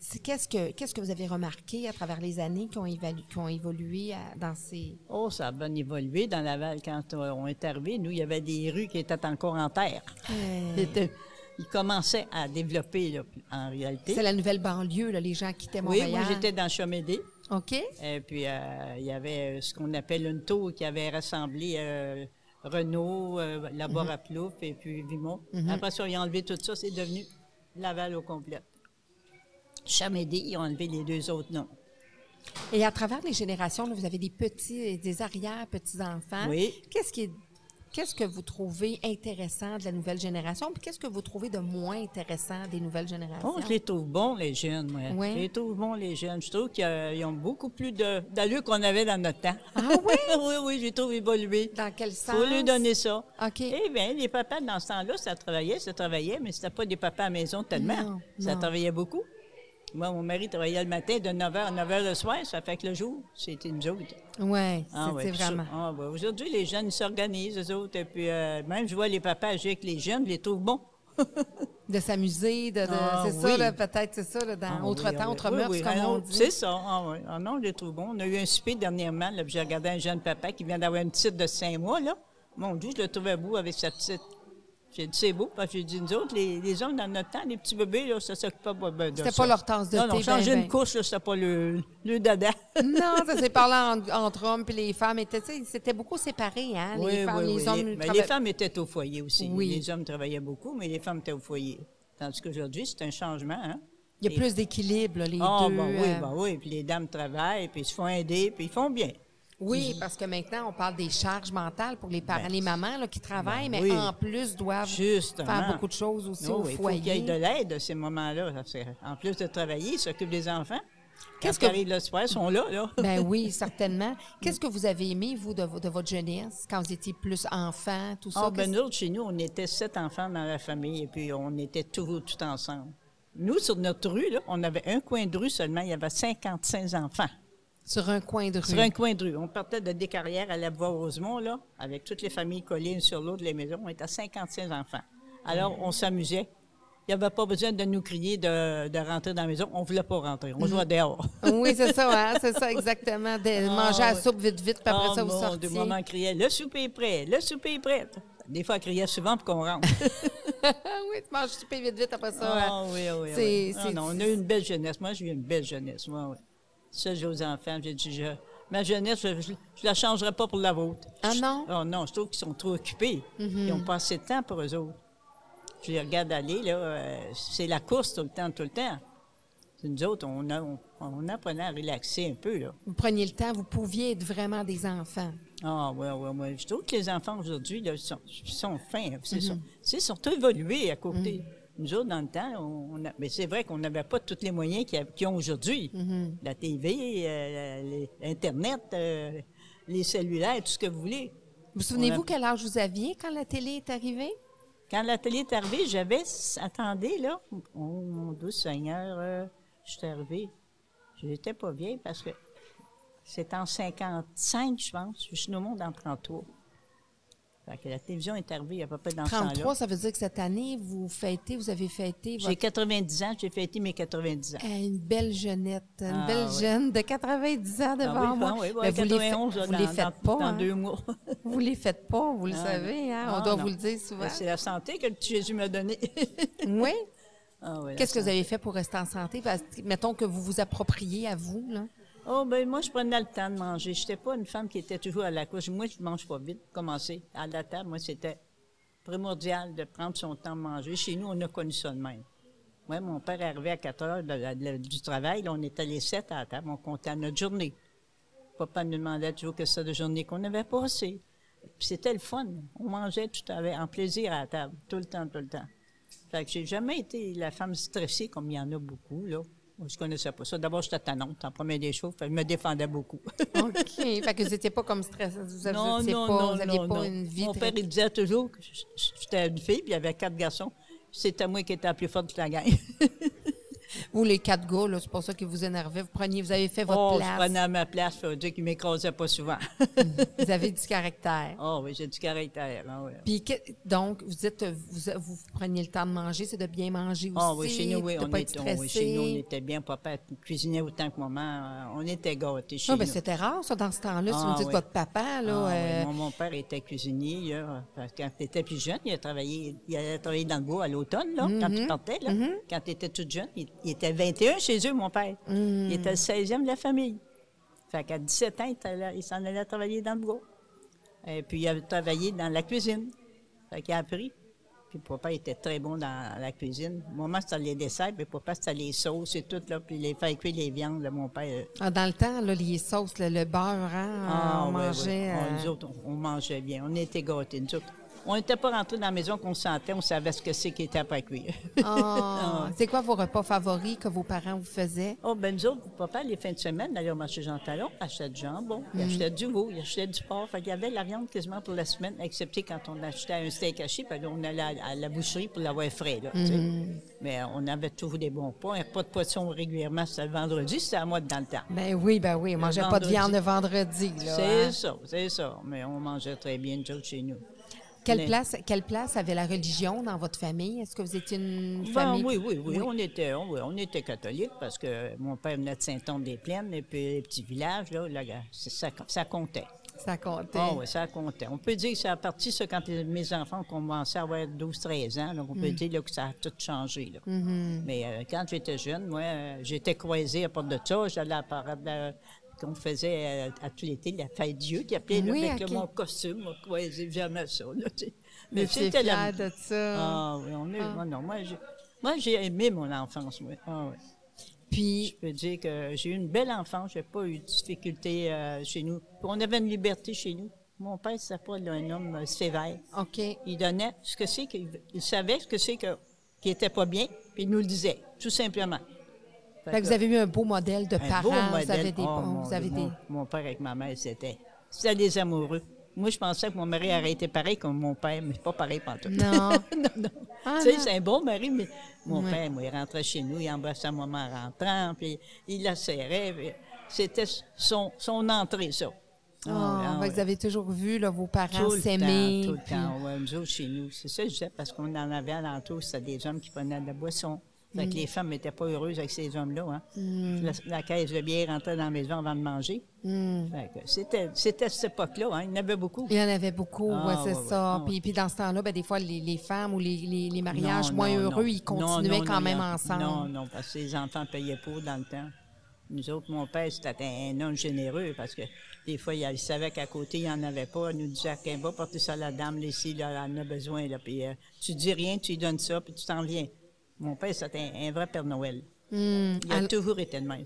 A: c'est- qu'est-ce que qu'est-ce que vous avez remarqué à travers les années qui ont, évalu- qui ont évolué à- dans ces
C: Oh, ça a bien évolué dans Laval quand euh, on est arrivé. Nous, il y avait des rues qui étaient encore en terre.
A: Euh,
C: C'était- Ils commençaient à développer, là, en réalité.
A: C'est la nouvelle banlieue, là, les gens quittaient
C: Oui,
A: Montréal.
C: moi, j'étais dans Chomédé.
A: OK.
C: Et puis, euh, il y avait euh, ce qu'on appelle une tour qui avait rassemblé euh, Renault, euh, la barre à Plouf et puis Vimont. Après ça, ils ont enlevé tout ça, c'est devenu Laval au complet. Chamédé, ils ont enlevé les deux autres noms.
A: Et à travers les générations, là, vous avez des petits, des arrière-petits-enfants.
C: Oui.
A: Qu'est-ce qui est- Qu'est-ce que vous trouvez intéressant de la nouvelle génération? Puis qu'est-ce que vous trouvez de moins intéressant des nouvelles générations?
C: Bon, Oh, je les trouve bons, les jeunes, moi.
A: Oui.
C: Je les trouve bons, les jeunes. Je trouve qu'ils euh, ils ont beaucoup plus de- d'allure qu'on avait dans notre temps.
A: Ah oui?
C: [LAUGHS] oui, oui, je les trouve évolués.
A: Dans quel
C: Il
A: sens?
C: faut lui donner ça.
A: OK.
C: Eh bien, les papas, dans ce temps-là, ça travaillait, ça travaillait, mais c'était pas des papas à maison tellement.
A: Non,
C: ça
A: non.
C: travaillait beaucoup. Moi, mon mari travaillait le matin de 9h à 9h le soir, ça fait que le jour, c'était nous autres.
A: Oui,
C: Ah ouais,
A: c'est
C: puis ça-
A: vraiment.
C: ah ouais. Aujourd'hui, les jeunes, ils s'organisent, eux autres. Et puis, euh, même, je vois les papas agir avec les jeunes, je les trouve bons.
A: de s'amuser, de, de-
C: Ah,
A: c'est ça,
C: oui.
A: là, peut-être, c'est ça, là, dans
C: Ah,
A: autre
C: oui,
A: temps,
C: oui.
A: autre
C: Oui,
A: mœurs,
C: oui,
A: comme
C: ah,
A: on
C: non,
A: dit.
C: C'est ça. Ah, oui. Ah non, je le trouve bon. On a eu un souper dernièrement, là, puis j'ai regardé un jeune papa qui vient d'avoir une petite de cinq mois, là. Mon Dieu, je le trouvais beau avec sa petite. J'ai dit, c'est beau, parce que j'ai dit, nous autres, les, les hommes, dans notre temps, les petits bébés, là, ça s'occupe pas ben, ben, de
A: C'était
C: ça.
A: pas leur tasse de
C: Non,
A: thé,
C: non, changer
A: ben, Ah, ben.
C: une couche, là, c'était pas le, le dada.
A: [LAUGHS] Non, ça s'est parlé en- entre hommes puis les femmes. Étaient, tu sais, c'était beaucoup séparé, hein? les femmes, les hommes.
C: Les, mais
A: travaillaient-
C: les femmes étaient au foyer aussi.
A: Oui.
C: Les hommes travaillaient beaucoup, mais les femmes étaient au foyer. Tandis qu'aujourd'hui, c'est un changement, hein?
A: Il y a plus d'équilibre, là, les
C: Ah,
A: deux.
C: ben oui,
A: euh,
C: ben oui. Puis les dames travaillent, puis ils se font aider, puis ils font bien.
A: Oui, parce que maintenant, on parle des charges mentales pour les parents,
C: Ben,
A: les mamans là, qui travaillent, mais
C: oui.
A: en plus doivent
C: Justement.
A: faire beaucoup de choses aussi
C: Oh,
A: au
C: oui, il faut qu'il y
A: foyer.
C: ait de l'aide à ces moments-là. parce que, En plus de travailler, ils s'occupent des enfants.
A: Qu'est-ce
C: Qu'est-ce
A: que-
C: qu'ils arrivent le soir, ils sont là, là. [LAUGHS]
A: Ben oui, certainement. Qu'est-ce que vous avez aimé, vous, de, vo- de votre jeunesse, quand vous étiez plus enfant, tout ça?
C: Ah, ben
A: qu'est-ce-
C: nous, autres, chez nous, on était sept enfants dans la famille et puis on était tous tout ensemble. Nous, sur notre rue, là, on avait un coin de rue seulement, il y avait 55 enfants.
A: Sur un coin de rue.
C: Sur un coin de rue. On partait de Descarrières à la voie Rosemont, là, avec toutes les familles collées une sur l'autre, les maisons. On était à 55 enfants. Alors, on s'amusait. Il n'y avait pas besoin de nous crier de, de rentrer dans la maison. On ne voulait pas rentrer. On jouait dehors.
A: Mm-hmm. [LAUGHS] Oui, c'est ça, hein? c'est ça, exactement. De manger à la
C: ouais.
A: soupe vite, vite, puis après
C: Ah,
A: ça, vous
C: mon Dieu,
A: sortiez.
C: maman criait Le souper est prêt, le souper est prêt. Des fois, elle criait souvent pour qu'on rentre.
A: Ah [LAUGHS] oui, tu manges super vite, vite, après ça. hein?
C: Ah oui, oui,
A: C'est-
C: oui. Ah
A: c'est-
C: non, on a eu une belle jeunesse. Moi, j'ai eu une belle jeunesse. Moi, oui. Ça, j'ai aux enfants. J'ai dit, je- ma jeunesse, je ne la changerai pas pour la vôtre.
A: Ah
C: Je-
A: non? Mm-hmm.
C: Ah non, je trouve qu'ils sont trop occupés. Ils ont pas assez de temps pour eux autres. Je les regarde aller, là, euh, c'est la course tout le temps, tout le temps. Nous autres, on, a- on, on apprenait à relaxer un peu, là.
A: Vous preniez le temps, vous pouviez être vraiment des enfants.
C: Ah, oui, oui, oui. Je trouve que les enfants aujourd'hui, là, sont, sont fins. C'est sont- c'est surtout évolués à côté. Nous autres, dans le temps, on, on a- mais c'est vrai qu'on n'avait pas tous les moyens qu'il y a- qu'ils ont aujourd'hui. La TV, euh, les- Internet, euh, les cellulaires, tout ce que vous voulez.
A: Vous souvenez-vous
C: On a-
A: quel âge vous aviez quand la télé est arrivée?
C: Quand l'atelier est arrivé, j'avais. Attendez, là. Oh, mon doux Seigneur, euh, je suis arrivée. Je n'étais pas vieille parce que c'est en 55, je pense. Je suis au monde en 33. Fait que la télévision est arrivée à peu près dans ce
A: 33,
C: temps-là.
A: ça veut dire que cette année, vous fêtez, vous avez fêté
C: J'ai
A: votre...
C: 90 ans, j'ai fêté mes 90 ans.
A: Eh, Une belle jeunette, une
C: Ah,
A: belle
C: oui.
A: jeune de 90 ans devant
C: Ah oui,
A: moi.
C: ah oui, oui,
A: Mais Ben, vous les, fa-
C: 91, là,
A: vous
C: dans-
A: les faites
C: dans-
A: pas,
C: Dans
A: hein?
C: deux mois.
A: Vous les faites pas, vous le
C: Ah,
A: savez, hein? on
C: non,
A: doit
C: non.
A: vous le dire souvent.
C: Mais [LAUGHS] C'est la santé que le petit Jésus m'a donnée. [LAUGHS]
A: Oui.
C: Ah oui, la
A: Qu'est-ce que vous avez fait pour rester en santé? Parce que, mettons que vous vous appropriez à vous,
C: [LAUGHS]
A: là.
C: Oh, ben moi, je prenais le temps de manger. Je n'étais pas une femme qui était toujours à la couche. Moi, je mange pas vite. Commencer à la table, moi, c'était primordial de prendre son temps de manger. Chez nous, on a connu ça de même. Moi, mon père arrivait à 4 heures de la- de la- du travail. Là, on était les 7 à la table. On comptait notre journée. Papa nous demandait toujours que c'était de journée qu'on avait passée. Puis c'était le fun. On mangeait tout avec, en plaisir à la table, tout le temps, tout le temps. Fait que j'ai jamais été la femme stressée comme il y en a beaucoup, là. Moi, je connaissais pas ça. D'abord, j'étais tanante en premier des choses. Fait que je me défendais beaucoup.
A: OK. fait que vous n'étiez pas comme stress. Vous n'aviez pas, vous aviez pas une vie
C: Mon
A: très-
C: père, il disait toujours que j- j- j'étais une fille, puis il y avait quatre garçons. C'était moi qui étais la plus forte de la gang.
A: Vous, les quatre gars, là, c'est pour ça que vous énervez. Vous preniez, vous avez fait votre
C: oh, je
A: place.
C: prenais à ma place, faut dire qu'il m'écrasait
A: [LAUGHS]
C: pas souvent.
A: Vous avez du caractère.
C: oh oui, j'ai du caractère. Ah, ouais.
A: Puis, que- donc, vous dites, euh, vous, vous preniez le temps de manger, c'est de bien manger aussi.
C: Ah oui, chez nous, oui,
A: de
C: on,
A: pas être
C: était, on- oui, chez nous, on
A: stressé. Ah,
C: était bien. Papa cuisinait autant que maman. euh, On était gâtés chez
A: Non,
C: nous.
A: ben, c'était rare, ça, dans ce temps-là. si
C: Ah,
A: vous me dites
C: oui.
A: votre papa, là.
C: Ah,
A: euh,
C: oui, Mon, mon père était cuisinier. là. Parce que Quand il était plus jeune, il a travaillé, il allait travailler dans le bois à l'automne, là, quand
A: Mm-hmm.
C: il partait. Là. Quand il était tout jeune, il, il était 21 chez eux, mon père.
A: Mm.
C: Il était le 16e de la famille. Fait qu'à 17 ans, il, est allé- il s'en allait travailler dans le bois. Et puis, il avait travaillé dans la cuisine. Fait qu'il a appris. Puis, papa était très bon dans la cuisine. Maman, c'était les desserts, puis papa, c'était les sauces et tout, là. Puis, les faire cuire les viandes, là, mon père. euh,
A: ah, dans le temps, là, les sauces, le, le beurre, hein,
C: ah,
A: on
C: ouais, ouais.
A: mangeait.
C: Ah,
A: euh,
C: nous autres, on, on mangeait bien. On était gâtés, nous autres. On n'était pas rentrés dans la maison qu'on sentait, on savait ce que c'est qui était après cuire. [LAUGHS]
A: Ah, c'est quoi vos repas favoris que vos parents vous faisaient?
C: oh, ben nous autres, papa, les fins de semaine, allait au marché Jean Talon, achetait du jambon,
A: Mm.
C: il achetait du veau, il achetait du porc. Fait qu'il y avait de la viande quasiment pour la semaine, excepté quand on achetait un steak haché, puis là, on allait à, à la boucherie pour l'avoir frais, là, tu sais.
A: Mm.
C: Mais euh, on avait toujours des bons pains, un repas de poisson régulièrement, c'était le vendredi, c'était à moi dans le temps.
A: Ben oui, ben oui, on mangeait pas de
C: vendredi.
A: viande le vendredi, là.
C: C'est
A: hein.
C: ça, c'est ça. Mais on mangeait très bien, nous autres, chez nous.
A: Quelle,
C: Mais-
A: place, quelle place avait la religion dans votre famille? Est-ce que vous étiez une
C: Ben,
A: famille...
C: oui, oui, oui, On était, on, oui, on était catholique parce que mon père venait de Saint-Anne-des-Plaines et puis les petits villages, là, là, ça, ça comptait.
A: Ça comptait.
C: Ah oui, ça comptait. On peut dire que ça a parti, ça, quand les- mes enfants commençaient à avoir 12-13 ans. Donc, on
A: Mm.
C: peut dire là, que ça a tout changé. là.
A: Mm-hmm.
C: Mais euh, quand j'étais jeune, moi, euh, j'étais croisée à part de ça. J'allais à la parade de la- qu'on faisait euh, à, tout l'été, la fête Dieu, qui appelait là,
A: Oui,
C: avec
A: ok.
C: là, mon costume. Moi, croisée, jamais ça. là, tu sais.
A: Mais tu es
C: c'était la-
A: fière de ça.
C: Ah oui, on est...
A: Ah.
C: moi, non, moi, j'ai... moi, j'ai aimé mon enfance. Moi. Ah, oui.
A: Puis,
C: Je peux dire que j'ai eu une belle enfance, j'ai pas eu de difficultés euh, chez nous. Puis On avait une liberté chez nous. Mon père, c'était pas là, un homme euh, sévère.
A: OK.
C: Il donnait ce que c'est qu'il il savait ce que c'est que qui était pas bien, puis il nous le disait, tout simplement. Fait
A: Fait que
C: que
A: vous avez eu un beau modèle de
C: un
A: parents.
C: beau
A: Vous avez
C: modèle.
A: des
C: Oh,
A: bons-
C: mon
A: vous
C: Dieu,
A: avez des...
C: mon, mon père avec ma mère, c'était c'était des amoureux. Moi, je pensais que mon mari aurait été pareil comme mon père, mais pas pareil pantoute. [LAUGHS]
A: Non.
C: non, non.
A: Ah,
C: tu sais,
A: non.
C: c'est un bon mari, mais mon
A: Ouais.
C: père, moi, il rentrait chez nous, il embrassait ma maman en rentrant, puis il la serrait. puis C'était son, son entrée, ça.
A: [LAUGHS] Ah,
C: Ah,
A: fait
C: ouais.
A: que vous avez toujours vu là, vos parents
C: Tout le
A: s'aimer.
C: temps, tout le
A: puis-
C: temps. ouais, nous autres, chez nous. C'est ça que je disais, parce qu'on en avait alentour, c'était des hommes qui prenaient de la boisson. Fait
A: Mm.
C: que les femmes n'étaient pas heureuses avec ces hommes-là. Hein. La, la caisse de bière rentrait dans la maison avant de manger.
A: Hmm.
C: Fait que C'était c'était cette époque-là. Hein. Il y en avait beaucoup.
A: Il y en avait beaucoup,
C: Ah,
A: ouais, c'est
C: ouais, ouais,
A: ça.
C: ouais.
A: Puis, puis dans ce temps-là, ben, des fois, les, les femmes ou les, les- les mariages
C: Non,
A: moins
C: non,
A: heureux,
C: non.
A: ils
C: Non,
A: continuaient
C: non,
A: quand
C: non,
A: même
C: non.
A: ensemble.
C: Non, non, parce que les enfants payaient pour dans le temps. Nous autres, mon père, c'était un homme généreux parce que des fois, il, il savait qu'à côté, il n'y en avait pas. Il nous disait qu'un va porter ça à la dame, ici, là, elle en a besoin. Là. Puis euh, tu dis rien, tu lui donnes ça, puis tu t'en viens. Mon père, c'était un, un vrai Père Noël.
A: Hmm.
C: Il a
A: Alors-
C: toujours été le même.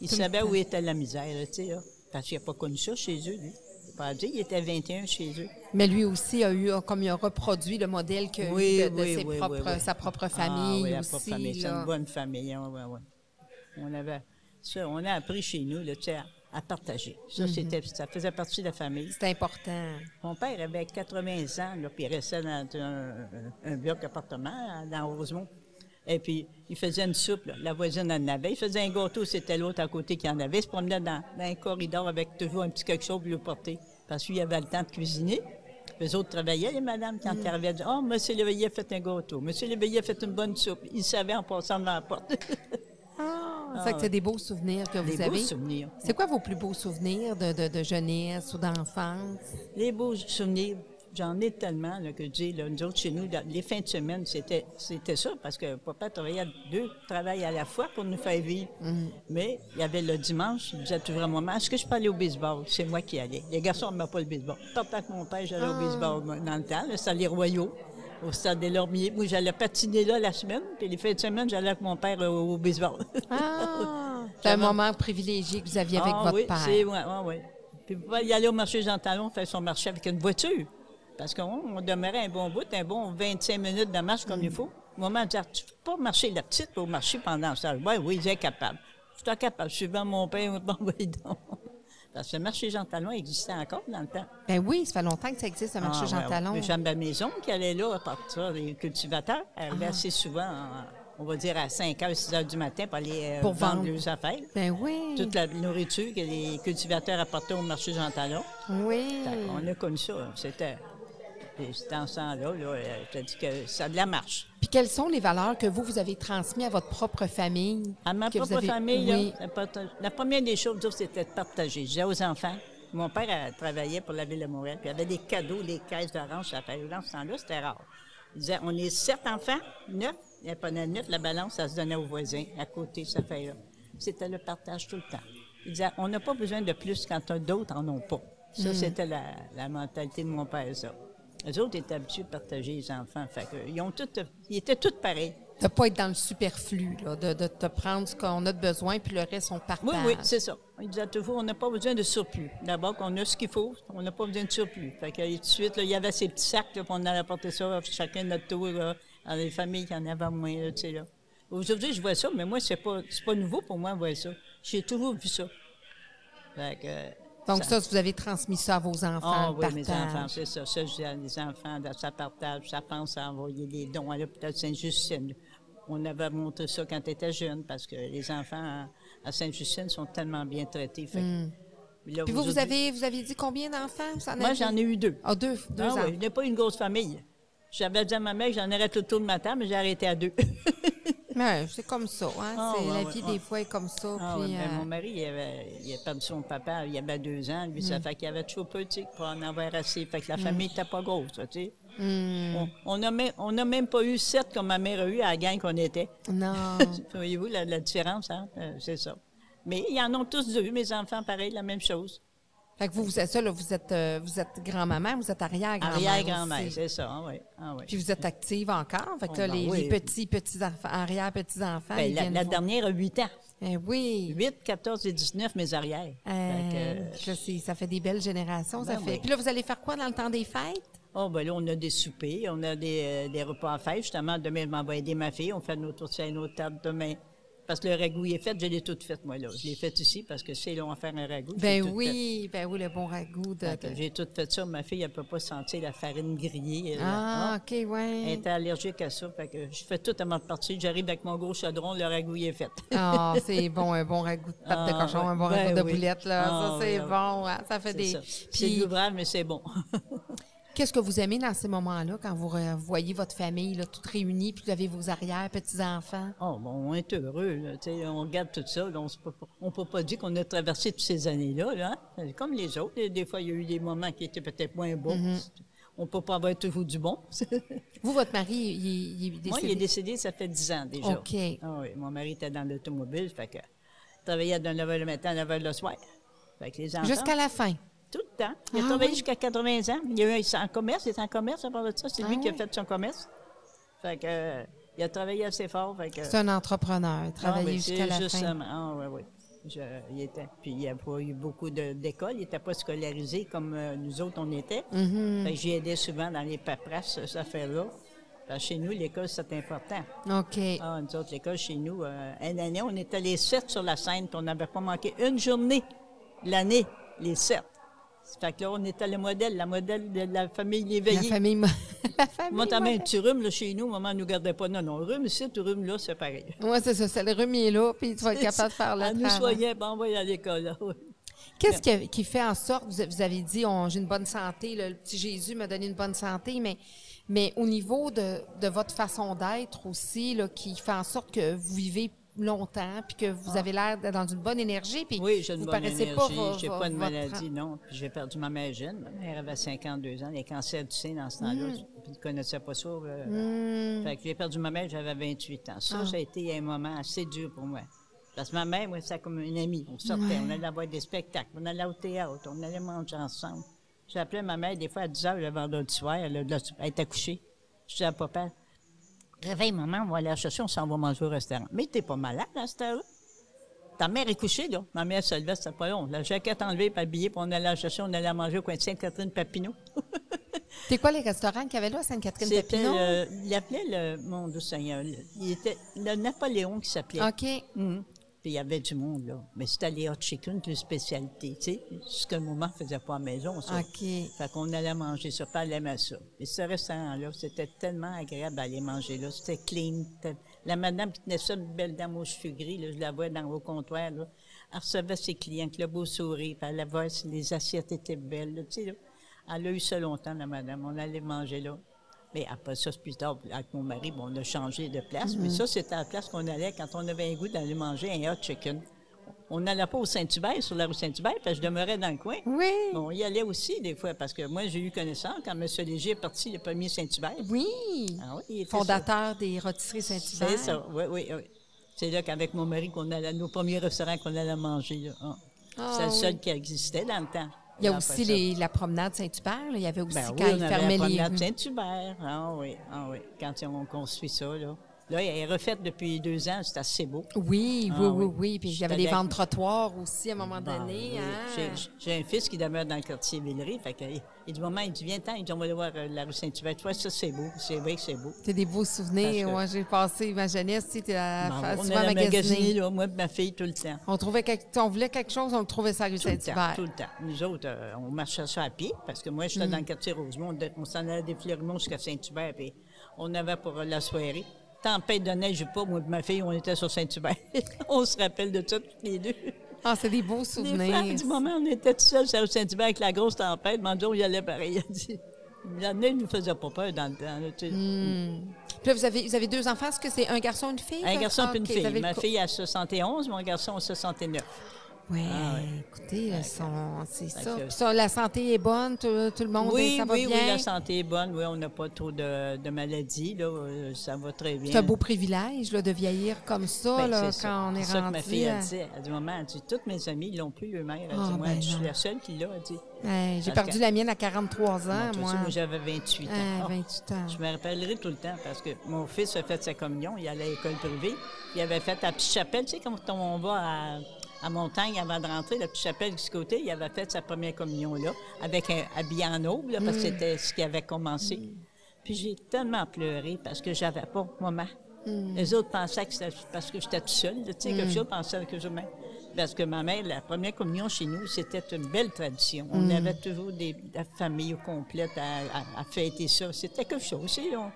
C: Il
A: Tout le
C: savait
A: temps.
C: où était la misère, là, tu sais, là, parce qu'il n'a pas connu ça chez eux, lui. Faut Pas dire, il était 21 chez eux.
A: Mais lui aussi a eu, a- comme il a reproduit le modèle que
C: Oui,
A: de, de
C: oui,
A: ses
C: oui,
A: propres-
C: oui, oui.
A: sa propre
C: Ah,
A: famille
C: oui, la
A: aussi.
C: propre famille, C'est
A: là.
C: une bonne famille. hein, ouais, ouais. On avait ça, on a appris chez nous là, tu sais, à, à partager. Ça,
A: Mm-hmm.
C: c'était, ça faisait partie de la famille.
A: C'est important.
C: Mon père avait 80 ans, là, puis il restait dans un, un bloc appartement à- dans Rosemont. Et puis, il faisait une soupe, là. la voisine en avait. Il faisait un gâteau, c'était l'autre à côté qui en avait. Il se promenait dans, dans un corridor avec toujours un petit quelque chose pour le porter. Parce qu'il avait le temps de cuisiner. Les autres travaillaient, les madames, quand ils arrivaient, ils disaient, « Oh, monsieur Léveillé a fait un gâteau. Monsieur Léveillé a fait une bonne soupe. » Il savait en passant devant la porte.
A: Ah,
C: Ah,
A: fait que c'est
C: ouais.
A: des beaux souvenirs que
C: Des
A: vous
C: beaux
A: avez.
C: souvenirs.
A: C'est quoi vos plus beaux souvenirs de, de- de jeunesse ou d'enfance?
C: Les beaux souvenirs, j'en ai tellement là, que je dis, là, nous autres, chez nous, dans- les fins de semaine, c'était, c'était ça, parce que papa travaillait à deux travails à la fois pour nous faire vivre. Mais il y avait le dimanche, il disait toujours à maman, est-ce que je peux aller au baseball? C'est moi qui allais. Les garçons n'aimaient pas le baseball. Papa que mon père, j'allais au baseball moi, dans le temps, le stade Les Royaux, au stade des Lormiers. Moi, j'allais patiner là la semaine, puis les fins de semaine, j'allais avec mon père euh, au baseball. [LAUGHS]
A: Ah, c'est [LAUGHS] un
C: J'avais-
A: moment privilégié que vous aviez avec
C: Ah
A: votre
C: oui,
A: père.
C: c'est- ouais, ouais, ouais. Puis papa, il allait au marché Jean Talon faire son marché avec une voiture. Parce qu'on on demeurait un bon bout, un bon 25 minutes de marche comme il faut. Maman disait, tu peux pas marcher la petite pour marcher pendant ça. Oui, oui, j'étais capable. J'étais capable. Suivant mon père, [LAUGHS] on m'envoyait donc. Parce que le marché Jean Talon existait encore dans le temps.
A: Ben oui, ça fait longtemps que ça existe, le marché
C: Ah,
A: Jean
C: ouais,
A: Talon.
C: mais Jeanne Maison qui allait là à partir des cultivateurs, elle
A: Ah.
C: arrivait assez souvent, en- on va dire à 5 h, 6 h du matin pour aller euh,
A: Pour
C: vendre
A: vendre.
C: leurs affaires
A: Ben oui.
C: toute la nourriture que les cultivateurs apportaient au marché Jean Talon.
A: Oui.
C: Fait qu'on On a connu ça. hein. C'était. puis Dans ce temps-là, là, euh, je te dis que ça a de la marche.
A: Puis quelles sont les valeurs que vous, vous avez transmises à votre propre famille?
C: À ma
A: que vous
C: propre
A: avez-
C: famille, hein. là,
A: Oui.
C: la parta- la première des choses, nous autres, c'était de partager. Je disais aux enfants, mon père euh, travaillait pour la ville de Montréal, puis il avait des cadeaux, des caisses d'orange à faire. Dans ce temps-là, c'était rare. Il disait, on est sept enfants, neuf. Il prenait neuf, la balance, ça se donnait aux voisins, à côté, ça fait là. C'était le partage tout le temps. Il disait, on n'a pas besoin de plus quand t'as- d'autres en ont pas.
A: Mm.
C: Ça, c'était la, la mentalité de mon père, ça. Les autres étaient habitués de partager les enfants. Fait que, ils, ont tout, ils étaient tous pareils.
A: De pas être dans le superflu, là, de, de te prendre ce qu'on a de besoin, puis le reste, on partage.
C: Oui, oui, c'est ça. Il disait toujours, on n'a pas besoin de surplus. D'abord, qu'on a ce qu'il faut, on n'a pas besoin de surplus. Fait que, et tout de suite, là, il y avait ces petits sacs, là, puis on allait porter ça, chacun de notre tour, là, dans les familles qui en avaient moins, là, tu sais, là. Aujourd'hui, je vois ça, mais moi, c'est pas, c'est pas nouveau pour moi, voir ça. J'ai toujours vu ça. Fait que,
A: Donc ça, vous avez transmis ça à vos enfants,
C: ah
A: le
C: oui, mes
A: partage.
C: enfants, c'est ça. Ça, je dis à les enfants, là, ça partage, ça pense à envoyer des dons à l'hôpital Sainte-Justine. On avait montré ça quand tu étais jeune parce que les enfants à, à Sainte-Justine sont tellement bien traités. Fait que là,
A: Hmm. Puis vous, vous
C: autres-
A: avez, vous avez dit combien d'enfants? Vous en
C: Moi,
A: avez-
C: j'en ai eu deux.
A: Ah, deux, deux
C: Ah
A: enfants.
C: oui, je n'ai pas une grosse famille. J'avais dit à ma mère que j'en aurais tout autour de ma table, mais j'ai arrêté à deux. [LAUGHS]
A: Ouais, c'est comme ça. Hein?
C: Ah,
A: c'est,
C: ouais,
A: la
C: ouais,
A: vie
C: ouais.
A: des fois est comme ça.
C: Ah
A: puis,
C: ouais, ben,
A: euh,
C: mon mari, il, avait, il a perdu son papa, il avait deux ans. Lui,
A: Mm.
C: ça fait qu'il avait toujours petit pour en avoir assez. Fait que la famille n'était pas grosse, tu sais.
A: hmm,
C: On- On n'a même, on a même pas eu sept comme ma mère a eu à la gang qu'on était. [LAUGHS]
A: non.
C: Voyez-vous la, la différence, hein? Euh, c'est ça. Mais ils en ont tous deux, mes enfants, pareil, la même chose.
A: fait que vous, vous êtes ça, là, vous êtes, euh, vous êtes grand-maman, vous êtes arrière-grand-mère.
C: Arrière-grand-mère,
A: aussi.
C: c'est ça, ah oui. ah oui.
A: Puis vous êtes active encore. Fait que
C: Oh,
A: là,
C: ben
A: les,
C: oui.
A: les petits, petits enfants, arrière-petits-enfants.
C: Ben,
A: ils
C: la,
A: viennent
C: la
A: vous-
C: dernière a huit ans.
A: Eh oui.
C: 8, 14 et 19, mes arrières. Fait
A: Euh,
C: que, euh,
A: là, c'est- ça fait des belles générations. ça
C: ben
A: fait.
C: oui.
A: Puis là, vous allez faire quoi dans le temps des fêtes?
C: Oh, ben là, on a des soupers, on a des, euh, des repas à faire. Justement, demain, je m'en vais aider ma fille. On fait notre tour sur une autre table demain. Parce que le ragoût il est fait, je l'ai tout fait, moi, là. Je l'ai fait ici parce que c'est long à faire un ragoût. j'ai
A: Ben
C: tout
A: oui, ben oui, le bon ragoût de.
C: fait. Fait que J'ai tout fait ça. Ma fille, elle ne peut pas sentir la farine grillée. elle, là.
A: Ah,
C: Ah,
A: OK, ouais.
C: Elle était allergique à ça. Fait que je fais tout avant de partir. J'arrive avec mon gros chaudron, le ragoût il
A: [LAUGHS]
C: est fait.
A: Ah, c'est bon, un bon ragoût de pâte de
C: Ah,
A: cochon, un bon
C: ben
A: ragoût de
C: oui.
A: boulette, là.
C: Ah,
A: ça,
C: oui,
A: c'est
C: ah oui.
A: bon, hein, ça fait
C: C'est
A: des...
C: ça. C'est de
A: Puis,
C: l'ouvrage, mais c'est bon. [LAUGHS]
A: qu'est-ce que vous aimez dans ces moments-là, quand vous re- voyez votre famille, là, toute réunie, puis vous avez vos arrières, petits-enfants?
C: Oh, bon, on est heureux. là, tu sais, on regarde tout ça. là, on ne peut pas dire qu'on a traversé toutes ces années-là. Là, hein. Comme les autres. Des, des fois, il y a eu des moments qui étaient peut-être moins bons.
A: Mm-hmm.
C: On ne peut pas avoir toujours du bon. [LAUGHS]
A: Vous, votre mari, il, il- il est décédé?
C: Moi, il est décédé, ça fait 10 ans déjà.
A: OK.
C: Ah oui, mon mari était dans l'automobile. Fait que il travaillait de 9h le matin à 9h le soir. Fait que les enfants,
A: Jusqu'à la fin?
C: tout le temps. Il a
A: Ah
C: travaillé
A: oui.
C: jusqu'à 80 ans. Il a eu un- en commerce, il est en commerce à part de ça. C'est
A: Ah
C: lui qui a
A: oui.
C: fait son commerce. Fait que, euh, il a travaillé assez fort. Fait que,
A: C'est un entrepreneur, travailler
C: oui,
A: jusqu'à la fin.
C: justement. Ah, oui, oui. Je- il était, puis il n'y a pas eu beaucoup de- d'écoles. Il n'était pas scolarisé comme euh, nous autres, on était.
A: Mm-hmm.
C: Fait que J'y aidais souvent dans les paperasses, cette affaire-là. Parce que chez nous, l'école, c'est important.
A: OK.
C: Ah, nous autres, l'école, chez nous, euh, une année, on était les sept sur la scène, puis on n'avait pas manqué une journée l'année, les sept. Fait que là, on était le modèle, la modèle de la famille
A: La
C: Léveillé.
A: famille... mo- [LAUGHS] la famille...
C: Moi, t'as même,
A: modèle.
C: tu rhumes, là, chez nous, maman ne nous gardait pas. Non, non, rhume ici, tu rhumes là, c'est pareil.
A: Ouais, c'est ça, c'est le remis là, puis tu vas être capable de faire le hein.
C: Elle nous
A: travail.
C: soignait, ben, on va y à l'école. là, oui.
A: Qu'est-ce que- qui fait en sorte, vous, vous avez dit, on- j'ai une bonne santé, là, le petit Jésus m'a donné une bonne santé, mais, mais au niveau de, de votre façon d'être aussi, là, qui fait en sorte que vous vivez longtemps, puis que vous avez l'air d'être dans une bonne énergie, puis
C: Ah. Oui, j'ai une
A: vous
C: bonne
A: paraissez
C: énergie,
A: vo-
C: j'ai
A: vo-
C: pas de
A: votre-
C: maladie, non. Puis J'ai perdu ma mère jeune, ma mère avait 52 ans, les cancers du sein dans ce temps-là,
A: Mm.
C: puis je ne connaissais pas ça. euh, Fait que j'ai perdu ma mère, j'avais 28 ans.
A: Ah.
C: Ça, ça a été un moment assez dur pour moi. Parce que ma mère, moi, c'était comme une amie. On sortait, on allait voir des spectacles, on allait au théâtre, on allait manger ensemble. J'appelais ma mère des fois à 10 heures le vendredi soir, elle, elle- elle était couchée. Je disais à papa, réveille maman, on va aller la chercher, on s'en va manger au restaurant. Mais t'es pas malade à cette heure-là? Ta mère est couchée, là. Ma mère se levait, c'était pas long. La jaquette enlevée, pas habillée, puis on allait la chercher, on allait manger au coin de Sainte-Catherine-Papineau.
A: C'est quoi les restaurants qu'il y avait là, à
C: C'était euh,
A: Sainte-Catherine-Papineau?
C: le... Il appelait le... Mon Dieu Seigneur, le- il était le Napoléon qui s'appelait.
A: OK.
C: Mhm. Puis il y avait du monde, là. Mais c'était les hot chicken, les spécialités, tu sais. Ce que le moment faisait pas à la maison, ça.
A: OK.
C: Fait qu'on allait manger ça, puis elle aimait ça. Et ce restaurant-là, c'était tellement agréable d'aller manger là. C'était clean. C'était- La madame qui tenait ça, une belle dame aux cheveux gris, là, je la vois dans au comptoir, là. Elle recevait ses clients avec le beau sourire, puis elle allait voir si les assiettes étaient belles, là, tu sais, là. Elle a eu ça longtemps, la madame. On allait manger là. Mais après ça, c'est plus tard, avec mon mari, bon, on a changé de place. Mais ça, c'était la place qu'on allait quand on avait un goût d'aller manger un hot chicken. On n'allait pas au Saint-Hubert, sur la rue Saint-Hubert, parce que je demeurais dans le coin.
A: Oui.
C: Bon, il y allait aussi des fois, parce que moi, j'ai eu connaissance quand M. Léger est parti le premier Saint-Hubert.
A: Oui.
C: Ah oui, il était
A: Fondateur des rôtisseries
C: sur-
A: Saint-Hubert.
C: C'est ça, oui, oui, oui. C'est là qu'avec mon mari, qu'on allait, nos premiers restaurants qu'on allait manger. là. Ah.
A: Ah
C: C'est le seul
A: oui.
C: qui existait dans le temps.
A: Il y a
C: Après
A: aussi
C: ça.
A: les- la promenade Saint-Hubert. là. Il y avait aussi
C: Ben
A: quand
C: oui,
A: ils
C: on avait
A: fermaient
C: la
A: les
C: promenade
A: rues.
C: Saint-Hubert. Ah oui, ah oui. Quand ils ont construit ça, là. Là, elle est refaite depuis deux ans, c'est assez beau.
A: Oui,
C: Ah
A: oui, oui,
C: oui.
A: oui. Puis il y
C: J'étais
A: avait des
C: d'accord.
A: ventes trottoirs aussi à un moment
C: Ben
A: donné.
C: oui.
A: hein.
C: J'ai- j'ai- J'ai un fils qui demeure dans le quartier Villeray. Fait que, il, il dit, maman, il dit, viens-t'en, il dit, on va aller voir euh, la rue Saint-Hubert. Tu vois, ça, c'est beau. C'est vrai que c'est beau.
A: C'est des beaux souvenirs.
C: Parce que-
A: Moi, j'ai passé ma jeunesse, tu sais, à
C: Ben,
A: faire
C: on
A: souvent
C: allait magasiner,
A: magasiner.
C: là, moi et ma fille, tout le temps.
A: On trouvait quelque, on voulait quelque chose, on le trouvait sur la rue
C: Tout le temps,
A: Saint-Hubert.
C: tout le temps. Nous autres, euh, on marchait ça à pied, parce que moi, j'étais dans le
A: Mm.
C: quartier Rosemont. de- On s'en allait des Fleurimont jusqu'à Saint-Hubert, puis on avait pour euh, la soirée. [LAUGHS] Tempête de neige ou pas, moi et ma fille, on était sur Saint-Hubert. on se rappelle de ça, toutes les deux.
A: Ah, c'est des beaux
C: Les
A: souvenirs.
C: femmes, du moment où on était tout seul sur Saint-Hubert avec la grosse tempête, mon Dieu, il y allait pareil. [LAUGHS] Il a dit- L'année ne nous faisait pas peur dans le temps. là, tu sais.
A: Hmm. Puis là, vous avez, vous avez deux enfants. Est-ce que c'est un garçon et une fille?
C: Un
A: votre-
C: garçon
A: Ah,
C: et une
A: ok, vous avez
C: fille.
A: le
C: Ma
A: co-
C: fille a 71, mon garçon a 69.
A: Ouais,
C: Ah, ouais.
A: écoutez, là, son- c'est
C: Fait
A: ça.
C: que-
A: Puis ça, La santé est bonne, tout, tout le monde,
C: oui,
A: ben, ça va
C: oui,
A: bien.
C: oui, la santé est bonne. Oui, on n'a pas trop de, de maladies. Là, euh, ça va très bien.
A: C'est un beau privilège là, de vieillir comme ça
C: Ben,
A: là, quand
C: c'est ça.
A: on est,
C: C'est ça que
A: rendu. hein.
C: ma fille elle
A: à-
C: dit. Elle dit, maman, elle dit, toutes mes amies l'ont plus eux-mêmes. Elle dit,
A: Ah,
C: moi,
A: ben
C: je suis
A: non.
C: la seule qui l'a. Elle dit,
A: Ouais, J'ai
C: Parce
A: perdu
C: que-
A: la mienne à 43 ans,
C: Moi, toi
A: moi.
C: aussi, moi, j'avais 28 ans.
A: Ah,
C: Ah,
A: 28 ans.
C: Je me rappellerai tout le temps parce que mon fils a fait sa communion, il allait à l'école privée, il avait fait la petite chapelle, tu sais, quand on va à, à Montagne avant de rentrer, la petite chapelle de ce côté, il avait fait sa première communion là, avec un habillé en aube, là, parce que c'était ce qui avait commencé. Puis j'ai tellement pleuré parce que j'avais pas maman.
A: Hmm.
C: Les autres pensaient que c'était parce que j'étais toute seule, tu sais, que les autres pensaient que je m'en- Parce que ma mère, la première communion chez nous, c'était une belle tradition.
A: Hmm.
C: On avait toujours des, la famille au complète à, à- à fêter ça. C'était quelque chose. tu sais, On,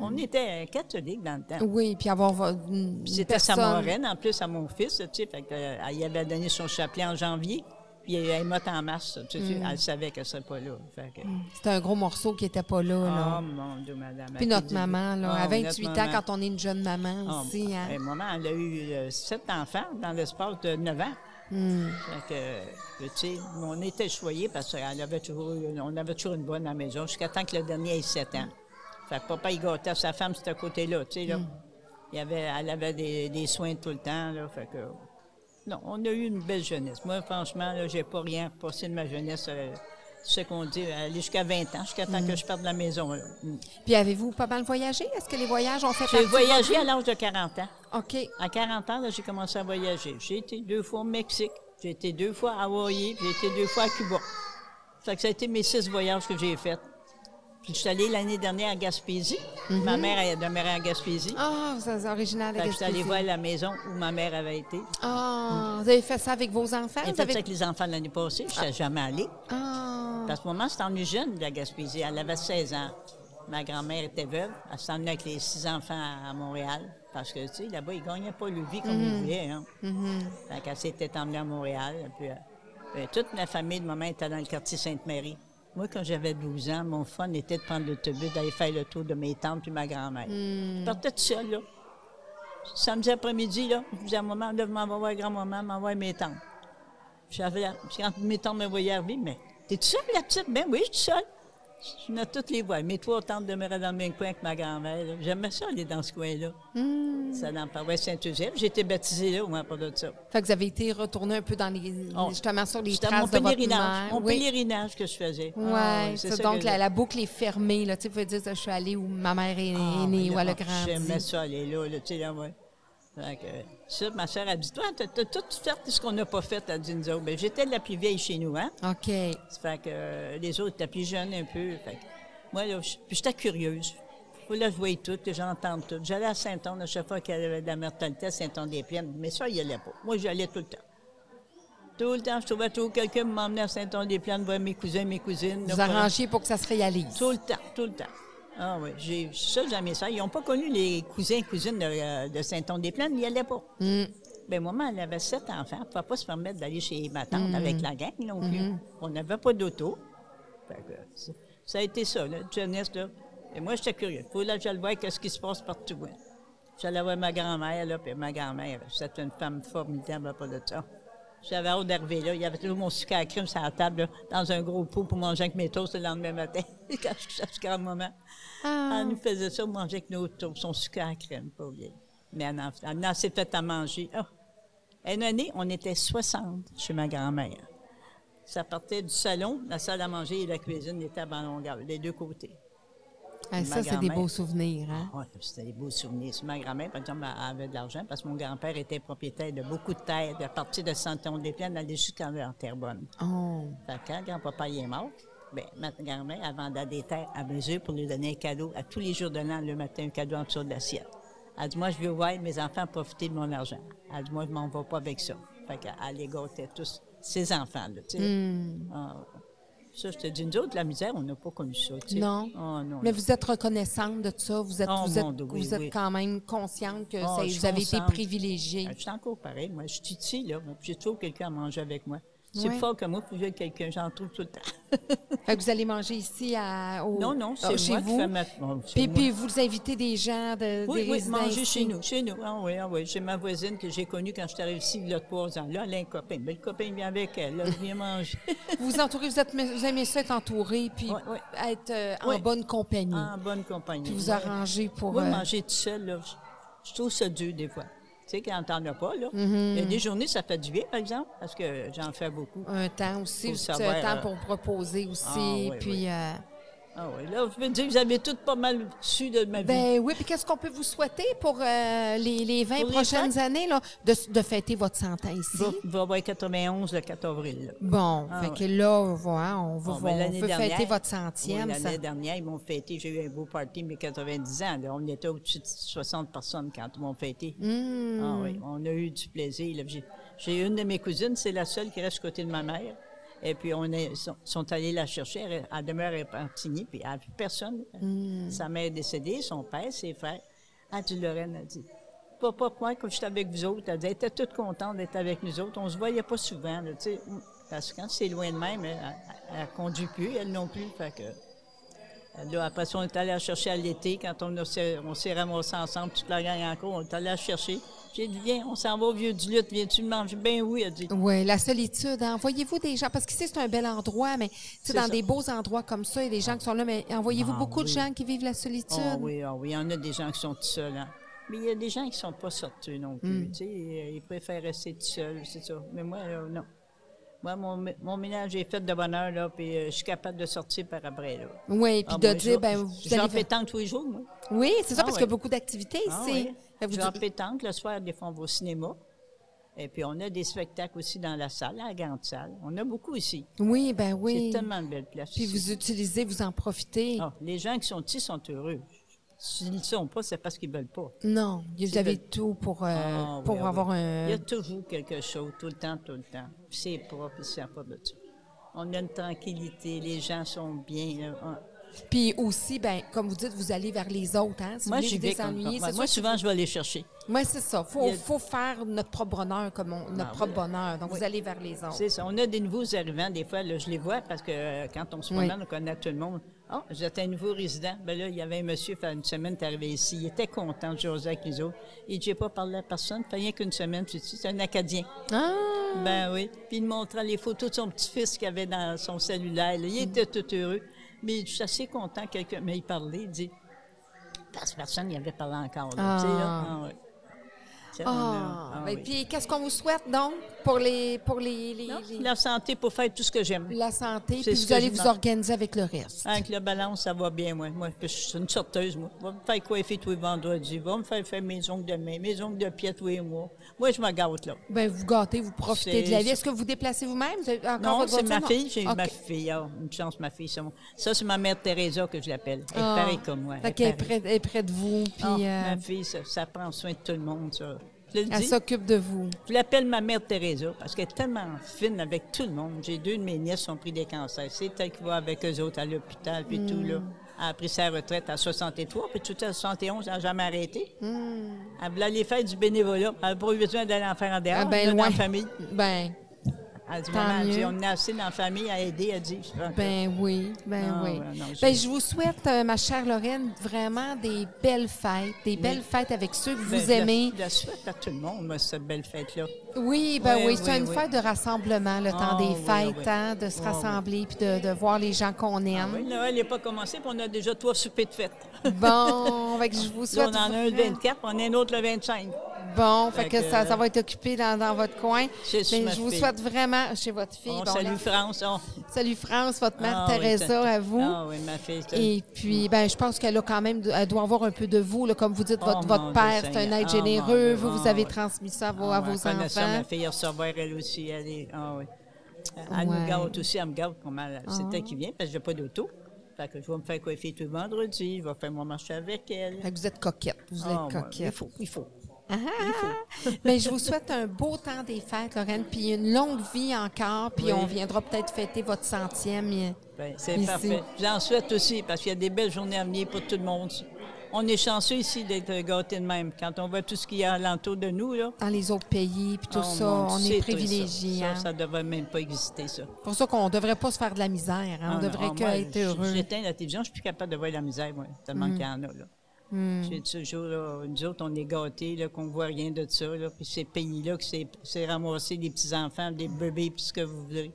C: on était catholiques dans le temps.
A: Hmm. Oui, puis avoir vo- une
C: Puis C'était sa
A: personne...
C: moraine, en plus, à mon fils. Tu sais, fait que, euh, elle y avait donné son chapelet en janvier. Puis elle elle m'a en mars. Tu sais,
A: Hmm.
C: Elle savait qu'elle ne serait pas là. Fait que,
A: C'était un gros morceau qui n'était pas là. là.
C: Oh mon Dieu, madame.
A: Hmm. puis
C: elle
A: notre
C: dit-
A: maman, là, à
C: Oh, notre
A: 28 ans,
C: maman.
A: quand on est une jeune maman
C: Ah,
A: aussi. hein.
C: ben, maman, elle a eu euh, sept enfants dans l'espace de neuf ans.
A: Hmm.
C: Fait que, euh, tu sais, on était choyés parce qu'on avait toujours, eu- on avait toujours une bonne à la maison jusqu'à temps que le dernier ait sept ans. Fait que papa, il gâtait sa femme de ce côté-là, tu sais,
A: Hmm.
C: là. Il y avait, elle avait des, des soins tout le temps, là, fait que... Non, on a eu une belle jeunesse. Moi, franchement, là, j'ai pas rien repassé de ma jeunesse, euh, ce qu'on dit, aller jusqu'à 20 ans, jusqu'à temps
A: Hmm.
C: que je parte de la maison, là. Mm.
A: Puis avez-vous pas mal voyagé? Est-ce que les voyages ont fait
C: J'ai
A: partie-
C: voyagé à l'âge de 40 ans.
A: OK.
C: À 40 ans, là, j'ai commencé à voyager. J'ai été deux fois au Mexique, j'ai été deux fois à Hawaï, puis j'ai été deux fois à Cuba. Fait que ça a été mes six voyages que j'ai faits. Puis je suis allée l'année dernière à Gaspésie. Ma mère elle demeurait à Gaspésie.
A: Mhm. Ah, vous êtes original de
C: fait que je suis allée
A: Gaspésie.
C: voir la maison où ma mère avait été.
A: Ah, vous avez fait ça avec vos enfants?
C: J'ai
A: Vous
C: fait
A: avez-
C: ça avec les enfants l'année passée. Je ne jamais allée.
A: Ah,
C: Parce que maman s'est ennuie jeune de la Gaspésie. Elle avait 16 ans. Ma grand-mère était veuve. Elle s'est emmenée avec les six enfants à- à Montréal. Parce que, tu sais, là-bas, ils ne gagnaient pas le vie comme ils voulaient. Hein. Fait qu'elle s'était emmenée à Montréal. Puis, euh, euh, toute la famille de maman était dans le quartier Sainte-Marie. Moi, quand j'avais 12 ans, mon fun était de prendre l'autobus, d'aller faire le tour de mes tantes puis ma grand-mère. Je partais toute seule, là. Samedi après-midi, là, je disais à maman, là, m'en va voir grand-maman, m'en va voir mes tantes. J'avais la- puis quand mes tantes me voyaient arriver, mais t'es-tu seule, la petite? Ben oui, je suis seule. Je venais toutes les voir. Mes trois tantes demeuraient dans le même coin que ma grand-mère. là. J'aimais ça aller dans ce coin-là.
A: Hmm.
C: Ça dans le paroisse Saint-Eusèbe. J'ai été baptisée là, au moins, pas de ça.
A: fait que vous avez été retourné un peu dans les,
C: On-
A: justement sur les
C: C'était
A: traces
C: mon
A: de votre
C: pèlerinage.
A: mère.
C: Mon
A: oui,
C: pèlerinage que je faisais.
A: Ouais,
C: Ah,
A: ça,
C: ça
A: donc
C: que
A: la,
C: je-
A: la boucle est fermée. Là. Tu sais, vous pouvez dire, je suis allée où ma mère est,
C: Ah,
A: est
C: mais
A: née, où
C: là,
A: elle a
C: moi, J'aimais
A: grandi.
C: ça aller là, là, tu sais, là, ouais. Fait que, ça, ma soeur, a dit, toi, t'as t'as tout fait ce qu'on n'a pas fait, à dit nous autres. Ben, j'étais la plus vieille chez nous, hein.
A: OK.
C: Ça Fait que euh, les autres étaient plus jeunes un peu. Fait que moi, là, je- puis j'étais curieuse. Faut là, je voyais tout, que j'entends tout. J'allais à Saint-Anne à chaque fois qu'il y avait de la mortalité à Saint-Anne-des-Plaines. Mais ça, il n'y allait pas. Moi, j'allais tout le temps. Tout le temps, je trouvais toujours quelqu'un qui m'emmenait à Saint-Anne-des-Plaines voir mes cousins, mes cousines.
A: Vous
C: Là,
A: arrangez pour que ça se réalise.
C: Tout le temps, tout le temps. Ah oui, j'ai ça, jamais ça. Ils n'ont pas connu les cousins et cousines de, euh, de Saint-Anne-des-Plaines, ils n'y allaient pas.
A: Mm.
C: Bien, maman, elle avait sept enfants. Elle ne pouvait pas se permettre d'aller chez ma tante
A: Mm.
C: avec la gang non
A: Mm-hmm.
C: plus. On n'avait pas d'auto. Fait que ça- Ça a été ça, la jeunesse, là. Et moi, j'étais curieux. Faut là, j'allais voir qu'est-ce qui se passe partout. hein. J'allais voir ma grand-mère, là, puis ma grand-mère, c'était une femme formidable, pas de ça. J'avais hâte d'arriver là. Il y avait toujours mon sucre à la crème sur la table, là, dans un gros pot pour manger avec mes toasts le lendemain matin, [LAUGHS] quand je suis jusqu'à moment. Elle nous faisait ça, manger avec nos toasts, son sucre à la crème, pas oublier. Mais elle en, elle en s'est faite à manger. Ah! Une année, on était 60 chez ma grand-mère. Ça partait du salon, la salle à manger et la cuisine, les tables en longueur, des deux côtés.
A: Ah,
C: ma
A: ça, c'est des
C: grand-mère.
A: beaux souvenirs. Hein?
C: Ouais, c'était des beaux souvenirs. Sur ma grand-mère, par exemple, elle avait de l'argent parce que mon grand-père était propriétaire de beaucoup de terres, de partir de Saint-Anne-des-Plaines, aller jusqu'en en Terrebonne.
A: Oh.
C: Fait que quand grand-papa il est mort, ben, ma grand-mère, elle vendait des terres à mesure pour lui donner un cadeau à tous les jours de l'an, le matin, un cadeau en dessous de l'assiette. Elle dit, moi, je veux voir mes enfants profiter de mon argent. Elle dit, moi, je m'en vais
A: Hmm.
C: pas avec ça. Fait qu'elle les gâtait tous, ses enfants, là, tu sais. Ah, Ça, je te dis, nous autres, la misère, on n'a pas connu ça. tu sais.
A: Non.
C: Oh, non.
A: Mais
C: non.
A: vous êtes reconnaissante de ça, vous êtes,
C: Oh,
A: vous êtes,
C: mon Dieu, oui,
A: vous êtes
C: oui.
A: quand même consciente que
C: Oh,
A: ça-
C: je suis
A: vous avez été
C: consciente.
A: privilégiée.
C: Ah, Je suis encore pareil, moi. Je suis ici, là. puis J'ai toujours quelqu'un à manger avec moi. C'est
A: Ouais.
C: plus fort que moi, puis j'ai quelqu'un, j'en trouve tout le temps.
A: [LAUGHS] Fait que vous allez manger ici à, au,
C: Non, non,
A: euh,
C: c'est
A: chez
C: moi qui
A: vous.
C: fais ma... bon, c'est
A: Puis,
C: moi.
A: puis vous invitez des gens de
C: Oui,
A: des
C: oui,
A: résidents
C: manger
A: ici.
C: chez nous, chez nous. Ah oui, ah oui. J'ai ma voisine que j'ai connue quand je suis arrivée ici, il y a trois ans. Là, elle a un copain. Mais le copain vient avec elle. Là, il
A: [LAUGHS]
C: vient manger.
A: Vous vous entourez, vous, êtes, vous aimez ça être entouré, puis
C: Ouais, ouais.
A: être euh, en
C: Ouais. Ah,
A: bonne compagnie.
C: en bonne compagnie.
A: Puis vous arrangez pour...
C: Moi,
A: euh,
C: manger tout seul, là, je, je trouve ça dur des fois. Tu sais, quand t'en as pas, là.
A: Mm-hmm.
C: Il y a des journées, ça fait du bien, par exemple, parce que j'en fais beaucoup.
A: un temps aussi,
C: Faut
A: vous-
C: savoir,
A: un temps
C: euh,
A: pour proposer aussi,
C: ah, oui,
A: puis...
C: oui.
A: euh,
C: Ah oui, là, je veux dire, vous avez toutes pas mal su de ma vie.
A: ben oui, puis qu'est-ce qu'on peut vous souhaiter pour euh, les, les 20
C: Pour les
A: prochaines années, là, de, de fêter votre 100 ans ici?
C: va, va avoir 91 le 4 avril. là.
A: Bon,
C: Ah,
A: fait
C: ouais.
A: que là, on va- hein, on, va-
C: Bon, ben,
A: Ben, on
C: l'année
A: peut fêter
C: dernière-
A: votre
C: Oui,
A: centième.
C: L'année
A: ça-
C: dernière, ils m'ont fêté. J'ai eu un beau party, mes 90 ans. là. On était au-dessus de 60 personnes quand ils m'ont fêté.
A: Hmm.
C: Ah oui, on a eu du plaisir. là. J'ai- J'ai une de mes cousines, c'est la seule qui reste du côté de ma mère. Et puis, on est, sont, sont allés la chercher. Elle, elle demeure à Pantigny, puis elle n'a plus personne. Sa mère est décédée, son père, ses frères. Ah, tu Lorraine a dit Papa, moi, quand j'étais avec vous autres, elle dit, elle était toute contente d'être avec nous autres. On se voyait pas souvent, là, tu sais. Parce que quand c'est loin de même, elle ne conduit plus, elle non plus. Fait que. Là, Ah, après ça, on est allé la chercher à l'été. Quand on, a- s'est- on s'est ramassés ensemble, toute la gang encore, on est allé la chercher. J'ai dit, viens, on s'en va au vieux du lutte, viens-tu le manger? Ben oui, elle dit.
A: Oui, la solitude. hein. Envoyez-vous des gens, parce qu'ici, c'est un bel endroit, mais tu sais,
C: C'est
A: dans
C: ça.
A: des beaux endroits comme ça, il y a des gens qui sont là, mais envoyez-vous
C: Ah,
A: beaucoup de
C: oui.
A: gens qui vivent la
C: Ah
A: solitude.
C: oui, ah oui, il y en a des gens qui sont tout seuls. hein. Mais il y a des gens qui sont pas sortis non
A: Hmm.
C: plus. tu sais, Ils préfèrent rester tout seuls, c'est ça. Mais moi, là, non. Moi, mon, mé- mon ménage est fait de bonheur, là, puis euh, je suis capable de sortir par après, là.
A: Oui, puis
C: Ah,
A: de
C: moi,
A: dire,
C: je-
A: ben, vous
C: J'en
A: allez...
C: fais tant tous les jours, moi.
A: Oui, c'est ça,
C: Ah,
A: parce
C: oui.
A: qu'il y a beaucoup d'activités ici.
C: Ah oui.
A: Fait que Ben, vous
C: Je vais en
A: dites-
C: pétanque le soir, des fois, on va au cinéma. Et puis, on a des spectacles aussi dans la salle, la grande salle. On a beaucoup ici.
A: Oui, ben oui.
C: C'est tellement de belles places.
A: Puis
C: ici.
A: vous utilisez, vous en profitez.
C: Ah, les gens qui sont ici sont heureux. S'ils ne le sont pas, c'est parce qu'ils ne veulent pas.
A: Non, vous
C: C'est
A: avez
C: belle.
A: tout pour, euh,
C: Ah, oui,
A: pour
C: ah, oui.
A: avoir
C: Il y
A: un...
C: a toujours quelque chose, tout le temps, tout le temps. Puis C'est propre, puis c'est pas de ça. On a une tranquillité, les gens sont bien. là. Ah.
A: Puis aussi, ben, comme vous dites, vous allez vers les autres. Hein? Si
C: Moi,
A: vous voulez
C: j'y
A: vous
C: vais comme
A: désennuyer,
C: ça.
A: c'est
C: Moi,
A: sûr
C: souvent, je vais les chercher.
A: Oui, c'est ça. Faut,
C: Il y a-
A: faut faire notre propre bonheur comme on- notre propre
C: voilà.
A: bonheur. Donc,
C: Oui.
A: vous allez vers les autres.
C: Oh. C'est ça. On a des nouveaux arrivants, des fois, là, je les vois parce que euh, quand on se
A: Oui. Oh.
C: promène, on connaît tout le monde. Ah, vous êtes un nouveau résident. Ben là, il y avait un monsieur, fait une semaine, t'es arrivé ici. Il était content de jaser avec les autres. Il dit, j'ai pas parlé à personne, fait rien qu'une semaine, tu sais, c'est un Acadien.
A: Ah!
C: Ben oui. Puis il montrait les photos de son petit-fils qu'il avait dans son cellulaire. là. Il
A: Mm.
C: était tout heureux. Mais je suis assez content, quelqu'un, mais il parlait, il dit, parce que personne n'y avait parlé encore, là, tu sais, là.
A: Ah.
C: Ah, ouais. Ça, on a-
A: Ah!
C: ah
A: Ben,
C: oui.
A: Puis, qu'est-ce qu'on vous souhaite, donc, pour les, pour les, les-
C: Non,
A: les-
C: la santé pour faire tout ce que j'aime.
A: la santé?
C: C'est
A: Puis,
C: ce
A: vous
C: que
A: allez
C: je
A: vous
C: demande. Ah.
A: organiser avec le reste.
C: Avec la balance, ça va bien, moi. Moi, je suis une sorteuse, moi. Va me faire coiffer tous les vendredis. Va me faire faire mes ongles de main, mes ongles de pied tous les mois. Moi, je me gâte, là.
A: Ben, vous gâtez, vous profitez de la
C: C'est
A: vie.
C: ça.
A: Est-ce que vous déplacez vous-même? Vous avez encore
C: Non,
A: votre
C: c'est ma
A: voiture? Non.
C: fille. J'ai
A: OK.
C: ma fille. ah, une chance, ma fille. c'est mon- Ça, c'est ma mère Teresa que je l'appelle. Elle est
A: Ah.
C: pareille comme moi.
A: Fait
C: est
A: qu'elle est
C: pareille.
A: près, elle est près de vous, puis
C: Ah,
A: euh,
C: Ma fille, ça, ça prend soin de tout le monde, ça. Je le
A: elle
C: dis.
A: s'occupe de vous.
C: Je l'appelle ma mère Teresa parce qu'elle est tellement fine avec tout le monde. J'ai deux de mes nièces qui ont pris des cancers. C'est elle qui va avec eux autres à l'hôpital puis tout là.
A: Mm.
C: Elle a pris sa retraite à 63 puis tout à 71, elle n'a jamais arrêté.
A: Mm.
C: Elle voulait aller faire du bénévolat. Elle n'a pas eu besoin d'aller en faire en dehors,
A: Ah, ben,
C: là, dans
A: loin.
C: la famille.
A: Ben,
C: Elle dit,
A: Tant
C: maman, elle dit,
A: mieux.
C: on est assez dans la famille à aider. Elle dit,
A: Ben oui, ben
C: Non,
A: oui.
C: ben non,
A: ben,
C: je-
A: je vous souhaite, euh, ma chère Lorraine, vraiment des belles fêtes, des belles fêtes avec ceux que
C: Ben,
A: vous aimez.
C: Je la souhaite à tout le monde, moi, cette belle fête-là.
A: Oui, ben oui,
C: Oui,
A: c'est
C: oui,
A: une
C: oui.
A: fête de rassemblement, le temps
C: Ah,
A: des
C: oui,
A: fêtes,
C: oui.
A: hein, de se
C: Ah, oui.
A: rassembler puis de, de voir les gens qu'on
C: Ah
A: aime.
C: oui, Noël n'est pas commencé, puis on a déjà trois soupers de fête.
A: [LAUGHS] Bon, fait que je vous
C: Là, on
A: souhaite.
C: en a un le
A: vraiment-
C: 24, puis on a un autre le 25.
A: Bon, fait
C: Fait
A: que ça,
C: que-
A: ça va être occupé dans, dans votre coin.
C: Chez- chez
A: Ben,
C: ma
A: je vous
C: fille.
A: souhaite vraiment chez votre fille.
C: on
A: bon,
C: salue
A: là-
C: France. on-
A: salut France, votre mère
C: Ah oui,
A: Teresa,
C: t'as-
A: à vous.
C: Ah oui, ma fille. t'as-
A: Et puis, ben, je pense qu'elle a quand même, elle doit avoir un peu de vous, là, comme vous dites,
C: Oh,
A: votre, votre
C: mon
A: père,
C: Dieu
A: c'est un
C: Seigneur.
A: être
C: Oh,
A: généreux.
C: mon
A: vous,
C: Dieu.
A: vous avez
C: Oh, ouais.
A: transmis ça à vos,
C: Ah
A: à
C: ouais,
A: vos
C: elle connaît ça,
A: enfants.
C: ma fille, elle recevoir elle aussi. Elle, est, ah oui. elle
A: Ouais. Ah.
C: nous gâte aussi, elle me gâte comment elle- c'est elle qui vient, parce que j'ai pas d'auto. Fait que je vais me faire coiffer tout vendredi, je vais faire mon marché avec elle.
A: Fait que vous êtes coquette, vous
C: Ah
A: êtes
C: ouais, il
A: coquette.
C: faut, il faut.
A: Mais je vous souhaite un beau temps des fêtes, Lorraine, puis une longue vie encore, puis
C: Oui.
A: on viendra peut-être fêter votre centième. euh,
C: Ben, c'est
A: Ici.
C: parfait. J'en souhaite aussi, parce qu'il y a des belles journées à venir pour tout le monde. On est chanceux ici d'être gâtés de même. Quand on voit tout ce qu'il y a alentour de nous, là,
A: Dans les autres pays, puis tout
C: oh,
A: ça,
C: mon
A: on
C: Dieu,
A: est
C: c'est tout
A: privilégiés.
C: Ça,
A: hein.
C: ça, ça devrait même pas exister, ça.
A: C'est pour ça qu'on ne devrait pas se faire de la misère. hein.
C: Ah,
A: On
C: non,
A: devrait
C: ah,
A: que
C: moi,
A: être
C: j-
A: heureux. Mm.
C: J'éteins la télévision, je suis plus capable de voir la misère, moi, tellement qu'il y en a, là. C'est toujours, là, nous autres, on est gâtés, là, qu'on voit rien de ça, là, puis ces pays-là qui s'est- s'est ramassé des petits-enfants, des bébés, puis ce que vous voulez.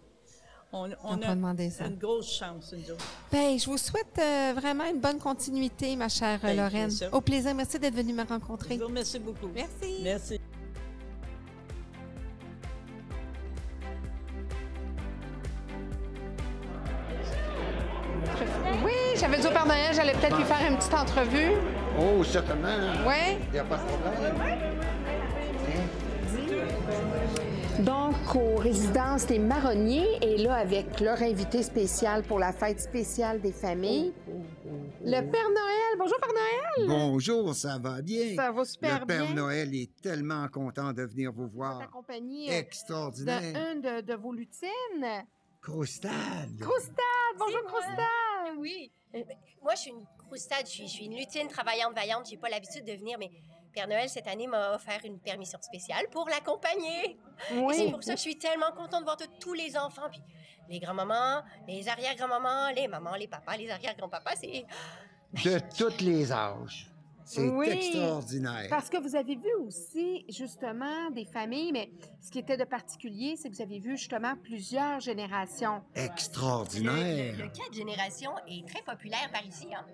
C: On, on
A: peut demander ça.
C: une grosse chance, nous autres.
A: Ben, je vous souhaite euh, vraiment une bonne continuité, ma chère euh,
C: Ben,
A: Lorraine.
C: c'est ça.
A: Au plaisir. Merci d'être venue me
C: Je
A: rencontrer.
C: vous remercie beaucoup.
A: Merci.
C: Merci.
A: Oui, j'avais dit au Père Noël, j'allais peut-être lui faire une petite entrevue.
D: Oh, certainement.
A: Oui.
D: Il n'y a pas de problème.
E: Donc, aux résidences des Marronniers, et là, avec leur invité spécial pour la fête spéciale des familles, le Père Noël. Bonjour, Père Noël.
D: Bonjour, ça va bien?
E: Ça va super
D: Le Père
E: bien.
D: Noël est tellement content de venir vous
E: La
D: voir.
E: compagnie euh,
D: Extraordinaire.
E: d'un de, de vos lutines.
D: Croustade.
E: Croustade. Bonjour,
F: moi.
E: Croustade.
F: Oui. Moi, je suis une croustade, je suis, je suis une lutine travaillante, vaillante. J'ai pas l'habitude de venir, mais Père Noël, cette année, m'a offert une permission spéciale pour l'accompagner. Et C'est
E: Oui.
F: pour ça que je suis tellement contente de voir tous- tous les enfants, puis les grands-mamans, les arrière-grands-mamans, les mamans, les papas, les arrière-grands-papas. C'est...
D: De tous les âges. C'est
E: Oui.
D: extraordinaire.
E: Parce que vous avez vu aussi, justement, des familles, mais ce qui était de particulier, c'est que vous avez vu, justement, plusieurs générations.
F: Le, le, le
D: Extraordinaire.
F: cas de génération est très populaire par ici. Hein.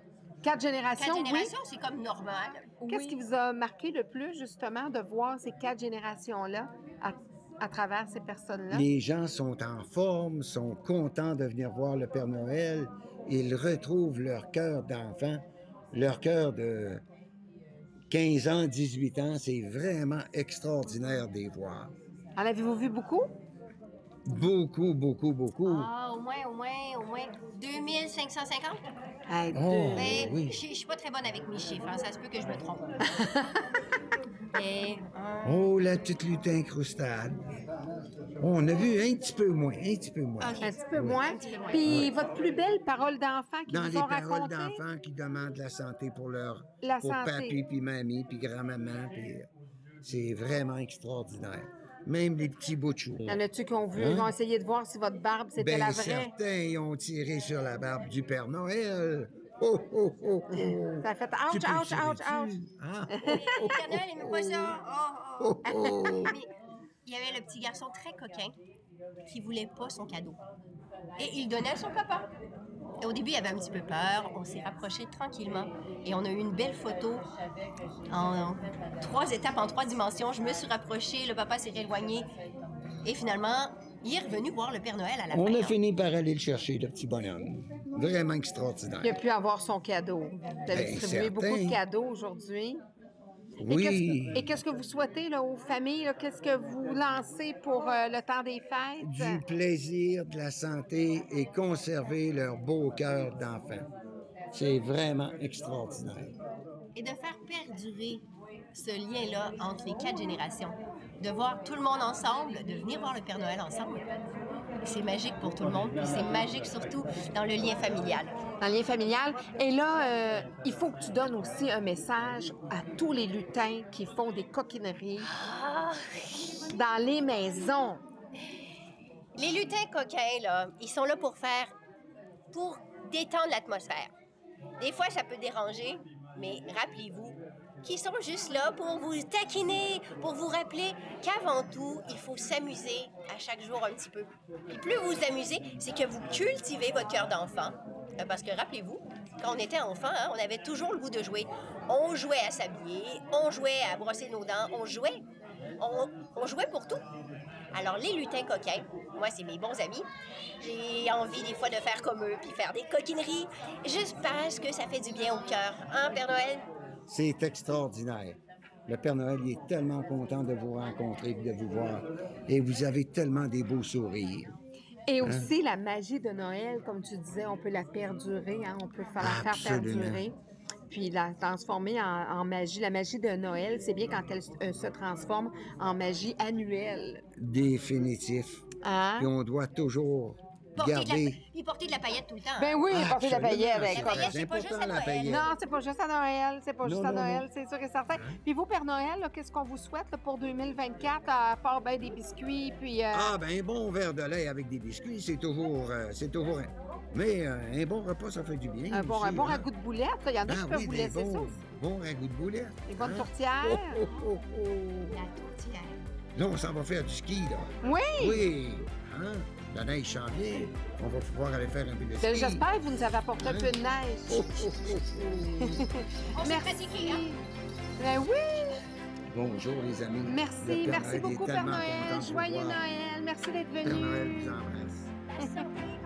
E: Quatre
F: Quatre
E: générations, oui.
F: générations, c'est comme normal.
E: Qu'est-ce qui vous a marqué le plus, justement, de voir ces quatre générations-là à, à travers ces personnes-là?
D: Les gens sont en forme, sont contents de venir voir le Père Noël. Ils retrouvent leur cœur d'enfant, leur cœur de 15 ans, 18 ans. C'est vraiment extraordinaire de les voir.
E: En avez-vous vu beaucoup?
D: Beaucoup, beaucoup, beaucoup.
F: Ah, au moins, au moins, au moins 2550.
E: Hey,
D: Oh,
E: deux.
F: Mais
D: oui.
F: Ben, je je suis pas très bonne avec mes chiffres, hein, ça se peut que je me
E: [LAUGHS]
F: trompe. Mais un-
D: Oh, la petite lutin crustade. On a vu un petit peu moins, un petit peu moins.
E: Un petit peu
D: Oui.
E: moins. Puis votre plus belle parole d'enfant qu'ils
D: Dans les
E: vous ont
D: paroles
E: racontée?
D: d'enfants qui demandent la santé pour leur
E: La
D: pour
E: santé.
D: papy, puis mamie, puis grand-maman, puis euh, c'est vraiment extraordinaire. Même les petits bouts de chou.
E: Y en a-tu qui ont vu,
D: Hein?
E: qui ont essayé de voir si votre barbe, c'était
D: Ben,
E: la vraie?
D: certains ils ont tiré sur la barbe du Père Noël. Oh, oh, oh, oh.
E: Ça a fait
D: Tu
E: [LAUGHS] ouch,
D: peux le
E: ouch, ouch,
D: tirer
E: ouch.
D: dessus. Ah,
F: Le Père Noël aimait pas ça. Oh, oh.
D: oh, oh.
F: Mais il y avait le petit garçon très coquin qui voulait pas son cadeau. Et il donnait à son papa. Et au début, il avait un petit peu peur. On s'est rapprochés tranquillement. Et on a eu une belle photo en trois étapes, en trois dimensions. Je me suis rapprochée, le papa s'est rééloigné. Et finalement, il est revenu voir le Père Noël à la fin.
D: On a
F: hein.
D: fini par aller le chercher, le petit bonhomme. Vraiment extraordinaire.
E: Il a pu avoir son cadeau. Vous avez
D: Ben,
E: distribué beaucoup
D: certain.
E: de cadeaux aujourd'hui. Et
D: Oui.
E: qu'est-ce que- Et qu'est-ce que vous souhaitez là, aux familles? là? Qu'est-ce que vous lancez pour euh, le temps des fêtes?
D: du plaisir, de la santé et conserver leur beau cœur d'enfant. C'est vraiment extraordinaire.
F: et de faire perdurer ce lien-là entre les quatre générations. De voir tout le monde ensemble, de venir voir le Père Noël ensemble, c'est magique pour tout le monde, puis c'est magique surtout dans le lien familial.
E: dans le lien familial. Et là, euh, il faut que tu donnes aussi un message à tous les lutins qui font des coquineries dans les maisons.
F: Les lutins coquins, là, ils sont là pour faire, pour détendre l'atmosphère. Des fois, ça peut déranger, mais rappelez-vous qu'ils sont juste là pour vous taquiner, pour vous rappeler qu'avant tout, il faut s'amuser à chaque jour un petit peu. Puis plus vous vous amusez, c'est que vous cultivez votre cœur d'enfant. Euh, Parce que rappelez-vous, quand on était enfant, hein, on avait toujours le goût de jouer. On jouait à s'habiller, on jouait à brosser nos dents, on jouait. On- on jouait pour tout. Alors, les lutins coquins, moi, c'est mes bons amis. J'ai envie des fois de faire comme eux, puis faire des coquineries, juste parce que ça fait du bien au cœur. Hein, Père Noël?
D: C'est extraordinaire. Le Père Noël il est tellement content de vous rencontrer et de vous voir. Et vous avez tellement des beaux sourires.
E: Et aussi la magie de Noël, comme tu disais, on peut la perdurer, hein, on peut faire la faire
D: Absolument.
E: perdurer. puis la transformer en, en magie. La magie de Noël, c'est bien quand elle s- euh, se transforme en magie annuelle.
D: Définitif.
E: Hein?
D: Puis on doit toujours
F: Porter de la,
D: garder.
F: puis porter de la paillette tout le temps.
E: Ben oui, porter la
D: Ah, Absolument,
E: paillette.
D: c'est
E: ben, comme-
F: paillette, c'est pas
D: important,
F: juste à
D: la
F: Noël.
D: paillette.
E: Non, c'est pas juste à Noël, c'est pas
D: Non,
E: juste à
D: non, Hein?
E: Noël,
D: non.
E: c'est sûr et certain. Puis vous, Père Noël, là, qu'est-ce qu'on vous souhaite là, pour 2024, à part ben, des biscuits, puis... euh,
D: Ah, ben un bon verre de lait avec des biscuits, c'est toujours. euh, c'est toujours. un- Mais euh, un bon repas, ça fait du bien.
E: Un bon,
D: aussi,
E: un bon
D: hein.
E: ragoût de boulette, il y en a
D: Ah
E: qui peuvent
D: oui,
E: vous
D: des
E: laisser ça
D: bons,
E: aussi.
D: bons ragoûts de boulettes.
E: Des bonnes
D: hein.
E: tourtières.
D: Oh, oh, oh,
F: La
D: oh.
F: tourtière.
D: Là, on s'en va faire du ski, là.
E: Oui!
D: Oui! Hein? La neige s'en vient. On va pouvoir aller faire un peu de ski.
E: Ben, J'espère que vous nous avez apporté un peu de
D: Oh,
E: neige.
D: oh, oh, oh.
F: On s'est pratiqué, hein?
E: Ben oui,
D: Bonjour, les amis. Le
E: merci,
D: Père
E: merci
D: Noël est
E: beaucoup, Père
D: tellement
E: Noël.
D: content de vous
E: Joyeux
D: voir.
E: Noël, merci d'être
D: Père
E: venu.
D: Noël vous embrasse.
F: La surprise.